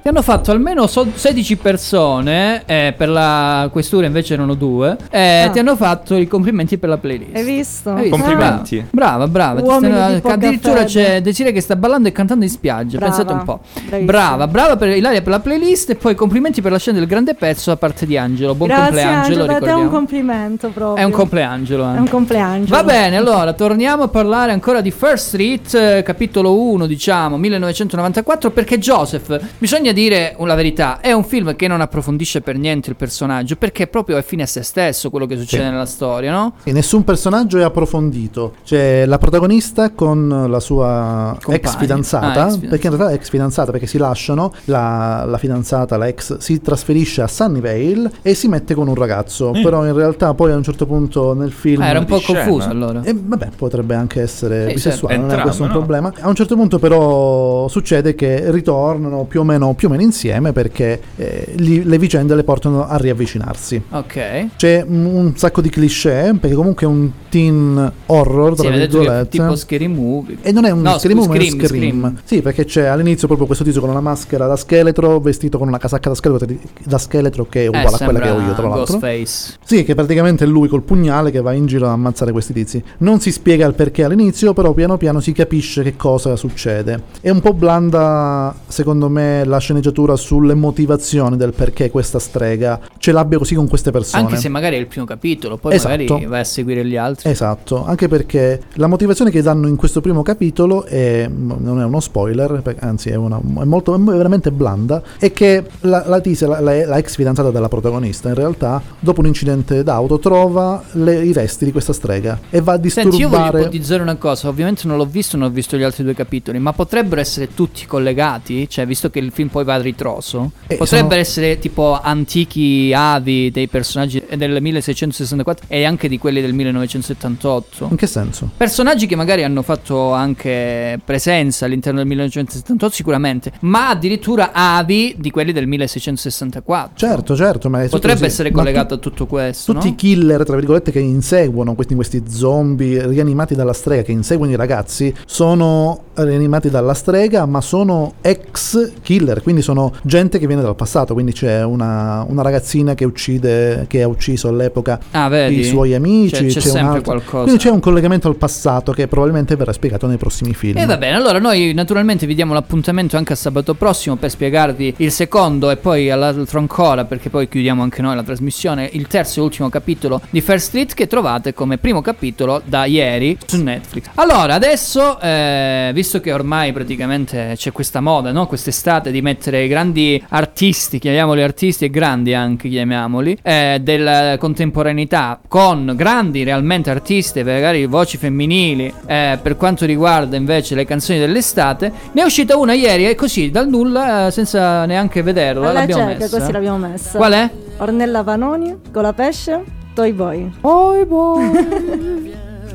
[SPEAKER 6] Che hanno fatto almeno so- 16 persone, eh, per la questura invece erano due, eh,
[SPEAKER 4] Ah.
[SPEAKER 6] ti hanno fatto i complimenti per la playlist.
[SPEAKER 4] Hai visto? Ah,
[SPEAKER 6] Hai visto? Ah, Brava, brava. ti
[SPEAKER 4] Uomini
[SPEAKER 6] stai-
[SPEAKER 4] di poca
[SPEAKER 6] addirittura
[SPEAKER 4] fede.
[SPEAKER 6] c'è Desiree che sta ballando e cantando in spiaggia.
[SPEAKER 4] Brava,
[SPEAKER 6] Pensate un po'.
[SPEAKER 4] bravissima.
[SPEAKER 6] Brava, brava per Ilaria per la playlist e poi complimenti per la scena del grande pezzo da parte di Angelo. Buon
[SPEAKER 4] Grazie
[SPEAKER 6] compleangelo,
[SPEAKER 4] Angelo, da te è un
[SPEAKER 6] ricordiamo.
[SPEAKER 4] complimento proprio.
[SPEAKER 6] È un compleangelo.
[SPEAKER 4] È
[SPEAKER 6] anche.
[SPEAKER 4] un compleangelo.
[SPEAKER 6] Va bene, allora torniamo a parlare ancora di First Street, eh, capitolo 1, diciamo, 1994, perché Joseph, bisogna dire la verità, è un film che non approfondisce per niente il personaggio, perché proprio è fine a se stesso quello che succede
[SPEAKER 2] Sì.
[SPEAKER 6] nella storia, no?
[SPEAKER 2] E nessun personaggio è approfondito. C'è la protagonista con la sua
[SPEAKER 6] Compagna.
[SPEAKER 2] ex fidanzata,
[SPEAKER 6] Ah, ex fidanzata.
[SPEAKER 2] perché in realtà è ex fidanzata, perché si lasciano, la, la fidanzata, la ex, si trasferisce a Sunnyvale e si mette con un ragazzo.
[SPEAKER 6] Mm.
[SPEAKER 2] Però in realtà poi a un certo punto nel film...
[SPEAKER 6] Ah, era un po'
[SPEAKER 2] Di scena.
[SPEAKER 6] confuso allora.
[SPEAKER 2] E vabbè, potrebbe anche essere
[SPEAKER 6] Sì,
[SPEAKER 2] bisessuale,
[SPEAKER 6] certo.
[SPEAKER 2] non è questo un
[SPEAKER 6] Entrambe,
[SPEAKER 2] problema. A un certo punto, però, succede che ritornano più o meno, più o meno insieme perché eh, gli- le vicende le portano a riavvicinarsi.
[SPEAKER 6] Ok.
[SPEAKER 2] C'è mm, un sacco di cliché, perché comunque è un teen horror,
[SPEAKER 6] Sì,
[SPEAKER 2] tra
[SPEAKER 6] avete detto che è
[SPEAKER 2] virgolette.
[SPEAKER 6] tipo scary movie.
[SPEAKER 2] e non è un
[SPEAKER 6] No,
[SPEAKER 2] scream, ma è uno
[SPEAKER 6] scream,
[SPEAKER 2] scream.
[SPEAKER 6] scream.
[SPEAKER 2] Sì, perché c'è all'inizio proprio questo tizio con una maschera da scheletro, vestito con una casacca da scheletro, da scheletro che è
[SPEAKER 6] Eh,
[SPEAKER 2] uguale a quella che ho
[SPEAKER 6] sembra
[SPEAKER 2] io, tra l'altro.
[SPEAKER 6] Ghostface.
[SPEAKER 2] Sì, che praticamente è lui col pugnale che va in giro a ammazzare questi tizi. Non si spiega il perché all'inizio, però piano piano si capisce che cosa succede. È un po' blanda, secondo me, la sceneggiatura sulle motivazioni del perché questa strega ce l'abbia così con queste persone.
[SPEAKER 6] Anche se magari è il primo capitolo, poi magari
[SPEAKER 2] Esatto.
[SPEAKER 6] vai a seguire gli altri.
[SPEAKER 2] Esatto, anche perché la motivazione che danno in questo primo capitolo è, non è uno spoiler, per- anzi è, una- è molto, è veramente blanda, è che la, la tizia, la, la- la ex fidanzata della protagonista in realtà, dopo un incidente d'auto trova le- i resti di questa strega e va a disturbare...
[SPEAKER 6] Senti, io voglio ipotizzare una cosa, ovviamente non l'ho visto, non ho visto gli altri due capitoli, ma potrebbero essere tutti collegati? Cioè, visto che il film poi poi va a ritroso. Potrebbe
[SPEAKER 2] Eh, sono-
[SPEAKER 6] essere tipo antichi avi dei personaggi eh, del 1664 e anche di quelli del 1978.
[SPEAKER 2] In che senso?
[SPEAKER 6] Personaggi che magari hanno fatto anche presenza all'interno del 1978 sicuramente, ma addirittura avi di quelli del 1664.
[SPEAKER 2] Certo, certo, ma è
[SPEAKER 6] Potrebbe
[SPEAKER 2] così.
[SPEAKER 6] essere
[SPEAKER 2] Ma
[SPEAKER 6] collegato a
[SPEAKER 2] tu-
[SPEAKER 6] tutto questo,
[SPEAKER 2] Tutti i
[SPEAKER 6] no?
[SPEAKER 2] killer, tra virgolette, che inseguono questi, questi zombie rianimati dalla strega, che inseguono i ragazzi, sono rianimati dalla strega, ma sono ex killer, quindi sono gente che viene dal passato. Quindi c'è una, una ragazzina che uccide, che ha ucciso all'epoca
[SPEAKER 6] Ah, vedi?
[SPEAKER 2] i suoi amici.
[SPEAKER 6] Cioè, c'è
[SPEAKER 2] un
[SPEAKER 6] sempre
[SPEAKER 2] altro-
[SPEAKER 6] qualcosa.
[SPEAKER 2] Quindi c'è un collegamento al passato che probabilmente verrà spiegato nei prossimi film.
[SPEAKER 6] E va bene, allora noi naturalmente vi diamo l'appuntamento anche a sabato prossimo per spiegarvi il secondo e poi all'altro ancora, perché poi chiudiamo anche noi la trasmissione, il terzo e ultimo capitolo di Fair Street che trovate come primo capitolo da ieri su Netflix. Allora, adesso, eh, visto che ormai praticamente c'è questa moda, no? quest'estate di mettere i grandi artisti, chiamiamoli artisti e grandi anche, chiamiamoli, eh, della contemporaneità con grandi realmente artiste, magari voci femminili, eh, per quanto riguarda invece le canzoni dell'estate, ne è uscita una ieri e così dal nulla, eh, senza neanche vederla,
[SPEAKER 4] Alla
[SPEAKER 6] l'abbiamo
[SPEAKER 4] cieca,
[SPEAKER 6] messa.
[SPEAKER 4] così l'abbiamo messa.
[SPEAKER 6] Qual è?
[SPEAKER 4] Ornella Vanoni con la pesce, Toy Boy. Toy Boy.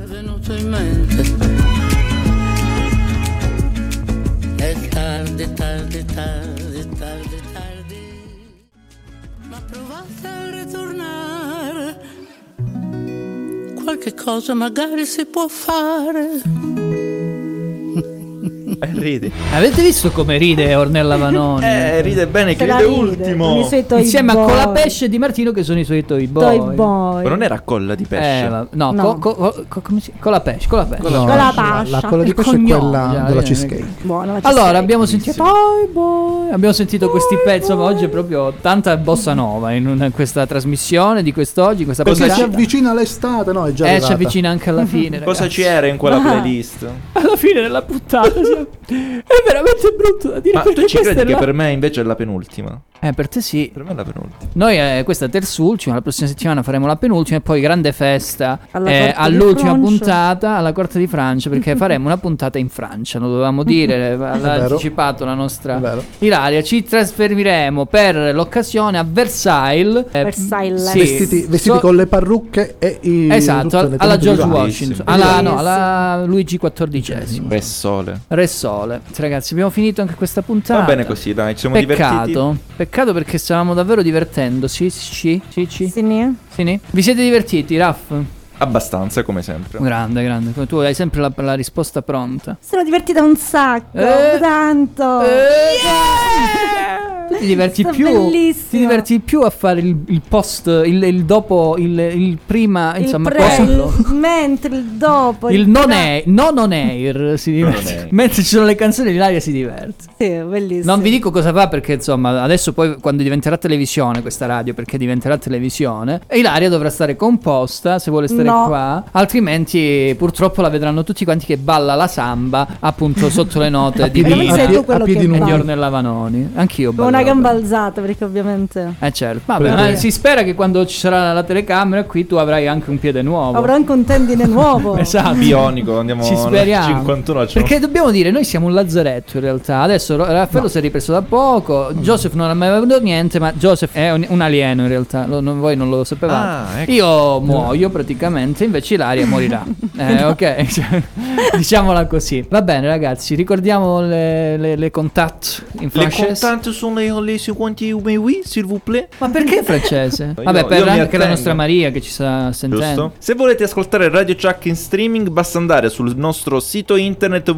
[SPEAKER 19] venuto in mente. È tardi, tardi, tardi, tardi, tardi. Ma provate a ritornare. Qualche cosa magari si può fare.
[SPEAKER 3] Ridi.
[SPEAKER 6] Avete visto come ride Ornella Vanoni?
[SPEAKER 3] Eh, ride bene, che
[SPEAKER 6] Se la
[SPEAKER 3] ride
[SPEAKER 6] ride, con i
[SPEAKER 3] ultimo.
[SPEAKER 6] suoi
[SPEAKER 3] Ma
[SPEAKER 6] toy Insieme a
[SPEAKER 4] boy.
[SPEAKER 6] Colapesce di Martino che sono i suoi toy boy.
[SPEAKER 4] Toy Boy.
[SPEAKER 3] non era colla di pesce.
[SPEAKER 6] Eh, va- no,
[SPEAKER 4] No.
[SPEAKER 6] co- co- co- come si- con la pesce, con la pesce.
[SPEAKER 2] No, Con la- la- la pascia. colla di
[SPEAKER 6] Il
[SPEAKER 2] pesce è
[SPEAKER 6] cognome,
[SPEAKER 2] quella
[SPEAKER 6] già,
[SPEAKER 2] della
[SPEAKER 6] eh,
[SPEAKER 2] cheesecake.
[SPEAKER 4] Buona.
[SPEAKER 6] Allora, abbiamo sentito Toy Boy, Eh, abbiamo sentito questi pezzi, ma oggi è proprio tanta bossa nova in una- questa trasmissione di quest'oggi, in questa
[SPEAKER 2] Perché ci
[SPEAKER 6] puntata.
[SPEAKER 2] avvicina l'estate, no? È già
[SPEAKER 6] Eh, ci
[SPEAKER 2] arrivata.
[SPEAKER 6] avvicina anche alla fine,
[SPEAKER 3] Cosa
[SPEAKER 6] ragazzi.
[SPEAKER 3] ci era in quella
[SPEAKER 6] Ah.
[SPEAKER 3] playlist?
[SPEAKER 6] Alla fine della puntata siamo- è veramente brutto da dire
[SPEAKER 3] Ma
[SPEAKER 6] perché
[SPEAKER 3] tu ci
[SPEAKER 6] questa
[SPEAKER 3] credi
[SPEAKER 6] è
[SPEAKER 3] che
[SPEAKER 6] la-
[SPEAKER 3] per me invece è la penultima?
[SPEAKER 6] Eh, per te sì.
[SPEAKER 3] Per me è la penultima.
[SPEAKER 6] Noi eh, questa è terz'ultima, la prossima settimana faremo la penultima e poi grande festa
[SPEAKER 3] Alla
[SPEAKER 6] eh,
[SPEAKER 3] Corte di
[SPEAKER 6] all'ultima
[SPEAKER 3] Francia.
[SPEAKER 6] puntata alla Corte di Francia perché faremo una puntata in Francia, lo dovevamo dire, l'ha
[SPEAKER 2] vero.
[SPEAKER 6] anticipato la nostra Ilaria, ci trasferiremo per l'occasione a Versailles. eh,
[SPEAKER 4] Versailles.
[SPEAKER 6] sì.
[SPEAKER 2] Vestiti, vestiti
[SPEAKER 6] So-
[SPEAKER 2] con le parrucche e i tutte
[SPEAKER 6] Esatto,
[SPEAKER 2] le
[SPEAKER 6] alla
[SPEAKER 2] tenute
[SPEAKER 6] George
[SPEAKER 2] rurali.
[SPEAKER 6] Washington, alla, no, alla Luigi XIV.
[SPEAKER 3] Beh, sole.
[SPEAKER 6] Re Sole. Ragazzi, abbiamo finito anche questa puntata.
[SPEAKER 3] Va bene così, dai, ci siamo
[SPEAKER 6] Peccato,
[SPEAKER 3] divertiti.
[SPEAKER 6] peccato perché stavamo davvero divertendo. Sì, sì, sì, sì. Sì, sì. Vi siete divertiti, Raff?
[SPEAKER 3] Abbastanza, come sempre.
[SPEAKER 6] Grande, grande. Come Tu hai sempre la, la risposta pronta.
[SPEAKER 4] Sono divertita un sacco,
[SPEAKER 6] Eh.
[SPEAKER 4] tanto.
[SPEAKER 6] Tu Eh, ti diverti
[SPEAKER 4] Sta
[SPEAKER 6] più.
[SPEAKER 4] bellissimo.
[SPEAKER 6] Ti diverti più a fare il, il post, il, il dopo, il, il prima,
[SPEAKER 4] Il
[SPEAKER 6] Eh, insomma,
[SPEAKER 4] pre,
[SPEAKER 6] quello.
[SPEAKER 4] il mentre, il dopo.
[SPEAKER 6] Il non
[SPEAKER 4] tra-
[SPEAKER 6] air, non on air si diverte.
[SPEAKER 4] air.
[SPEAKER 6] Mentre ci sono le canzoni, l'Ilaria si diverte.
[SPEAKER 4] Sì, bellissimo.
[SPEAKER 6] Non vi dico cosa fa perché insomma adesso poi quando diventerà televisione questa radio perché diventerà televisione Ilaria dovrà stare composta se vuole stare
[SPEAKER 4] No.
[SPEAKER 6] qua altrimenti purtroppo la vedranno tutti quanti che balla la samba appunto sotto le note di
[SPEAKER 4] A piedi-
[SPEAKER 6] Mina
[SPEAKER 4] Sei tu
[SPEAKER 6] e
[SPEAKER 4] quello che
[SPEAKER 6] di
[SPEAKER 4] balli.
[SPEAKER 6] Ornella Vanoni anch'io
[SPEAKER 4] Con una
[SPEAKER 6] ballavo.
[SPEAKER 4] gamba alzata perché ovviamente
[SPEAKER 6] eh certo, vabbè,
[SPEAKER 4] Quello
[SPEAKER 6] ma
[SPEAKER 4] che-
[SPEAKER 6] si spera che quando ci sarà la telecamera qui tu avrai anche un piede nuovo.
[SPEAKER 4] avrò anche un tendine nuovo.
[SPEAKER 6] Esatto.
[SPEAKER 3] Bionico, andiamo
[SPEAKER 6] Ci
[SPEAKER 3] alla
[SPEAKER 6] speriamo.
[SPEAKER 3] 51 al
[SPEAKER 6] Perché dobbiamo dire, noi siamo un lazzaretto in realtà. Adesso Ro- Raffaello si è ripreso da poco. Joseph non ha mai avuto niente, ma Joseph Mm. è un, un alieno in realtà. Lo- non- voi non lo sapevate.
[SPEAKER 3] Ah, ecco.
[SPEAKER 6] Io muoio praticamente, invece Ilaria morirà. eh, ok, Cioè, diciamola così. Va bene, ragazzi, ricordiamo le, le, le contact in
[SPEAKER 3] Le
[SPEAKER 6] francese.
[SPEAKER 3] contanti sono le, le seguenti oui, oui, s'il vous plaît.
[SPEAKER 6] Ma perché francese?
[SPEAKER 3] Io-
[SPEAKER 6] Vabbè,
[SPEAKER 3] io
[SPEAKER 6] per
[SPEAKER 3] mi
[SPEAKER 6] anche la
[SPEAKER 3] attengo.
[SPEAKER 6] nostra Maria che ci sta sentendo.
[SPEAKER 3] Giusto? Se volete ascoltare Radio Chuck in streaming, basta andare sul nostro sito internet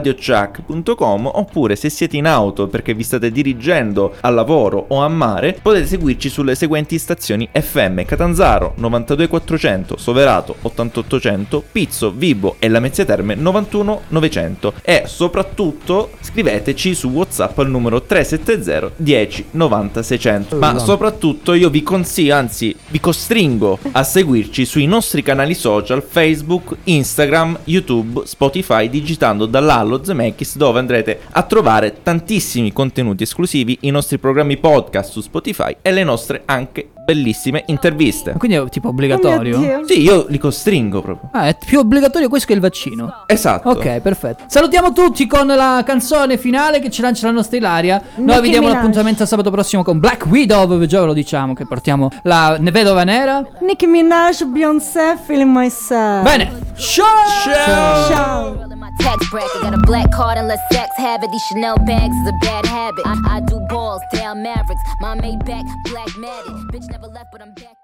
[SPEAKER 3] www.radiochuck.com oppure se siete in auto perché vi state dirigendo al lavoro o a mare, potete seguirci sulle seguenti stazioni FM Catanzaro 92400, Soverato 8800, Pizzo, Vibo e Lamezia Terme 91900 e soprattutto scriveteci su WhatsApp al numero 370 10 90 600. Ma
[SPEAKER 2] Madonna.
[SPEAKER 3] soprattutto soprattutto io vi consiglio, anzi vi costringo a seguirci sui nostri canali social Facebook, Instagram, YouTube, Spotify digitando dall'Allo Zemeckis dove andrete a trovare tantissimi contenuti esclusivi, i nostri programmi podcast su Spotify e le nostre anche bellissime interviste.
[SPEAKER 6] Quindi è tipo obbligatorio?
[SPEAKER 3] Oh mio Dio. Sì, io li costringo proprio.
[SPEAKER 6] Ah, è più obbligatorio questo che il vaccino.
[SPEAKER 3] Esatto.
[SPEAKER 6] Ok, perfetto. Salutiamo tutti con la canzone finale che ci lancia la nostra Ilaria. Noi
[SPEAKER 4] Nicki
[SPEAKER 6] vi diamo
[SPEAKER 4] Minaj.
[SPEAKER 6] l'appuntamento a sabato prossimo con Black Widow. Già ve lo diciamo che portiamo la ne- vedova nera.
[SPEAKER 4] Nicki Minaj, Beyoncé, Feeling Myself.
[SPEAKER 6] Bene. Ciao.
[SPEAKER 4] Ciao. Ciao.
[SPEAKER 9] tax bracket. Got a black card unless sex have it. These Chanel bags is a bad habit. I, I do balls, down Mavericks. My Maybach, black matted. Bitch never left, but I'm back.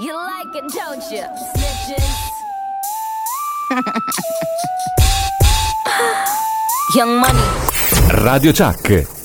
[SPEAKER 9] You like it, don't you? Snitches. Young money.
[SPEAKER 20] Radio Chuck,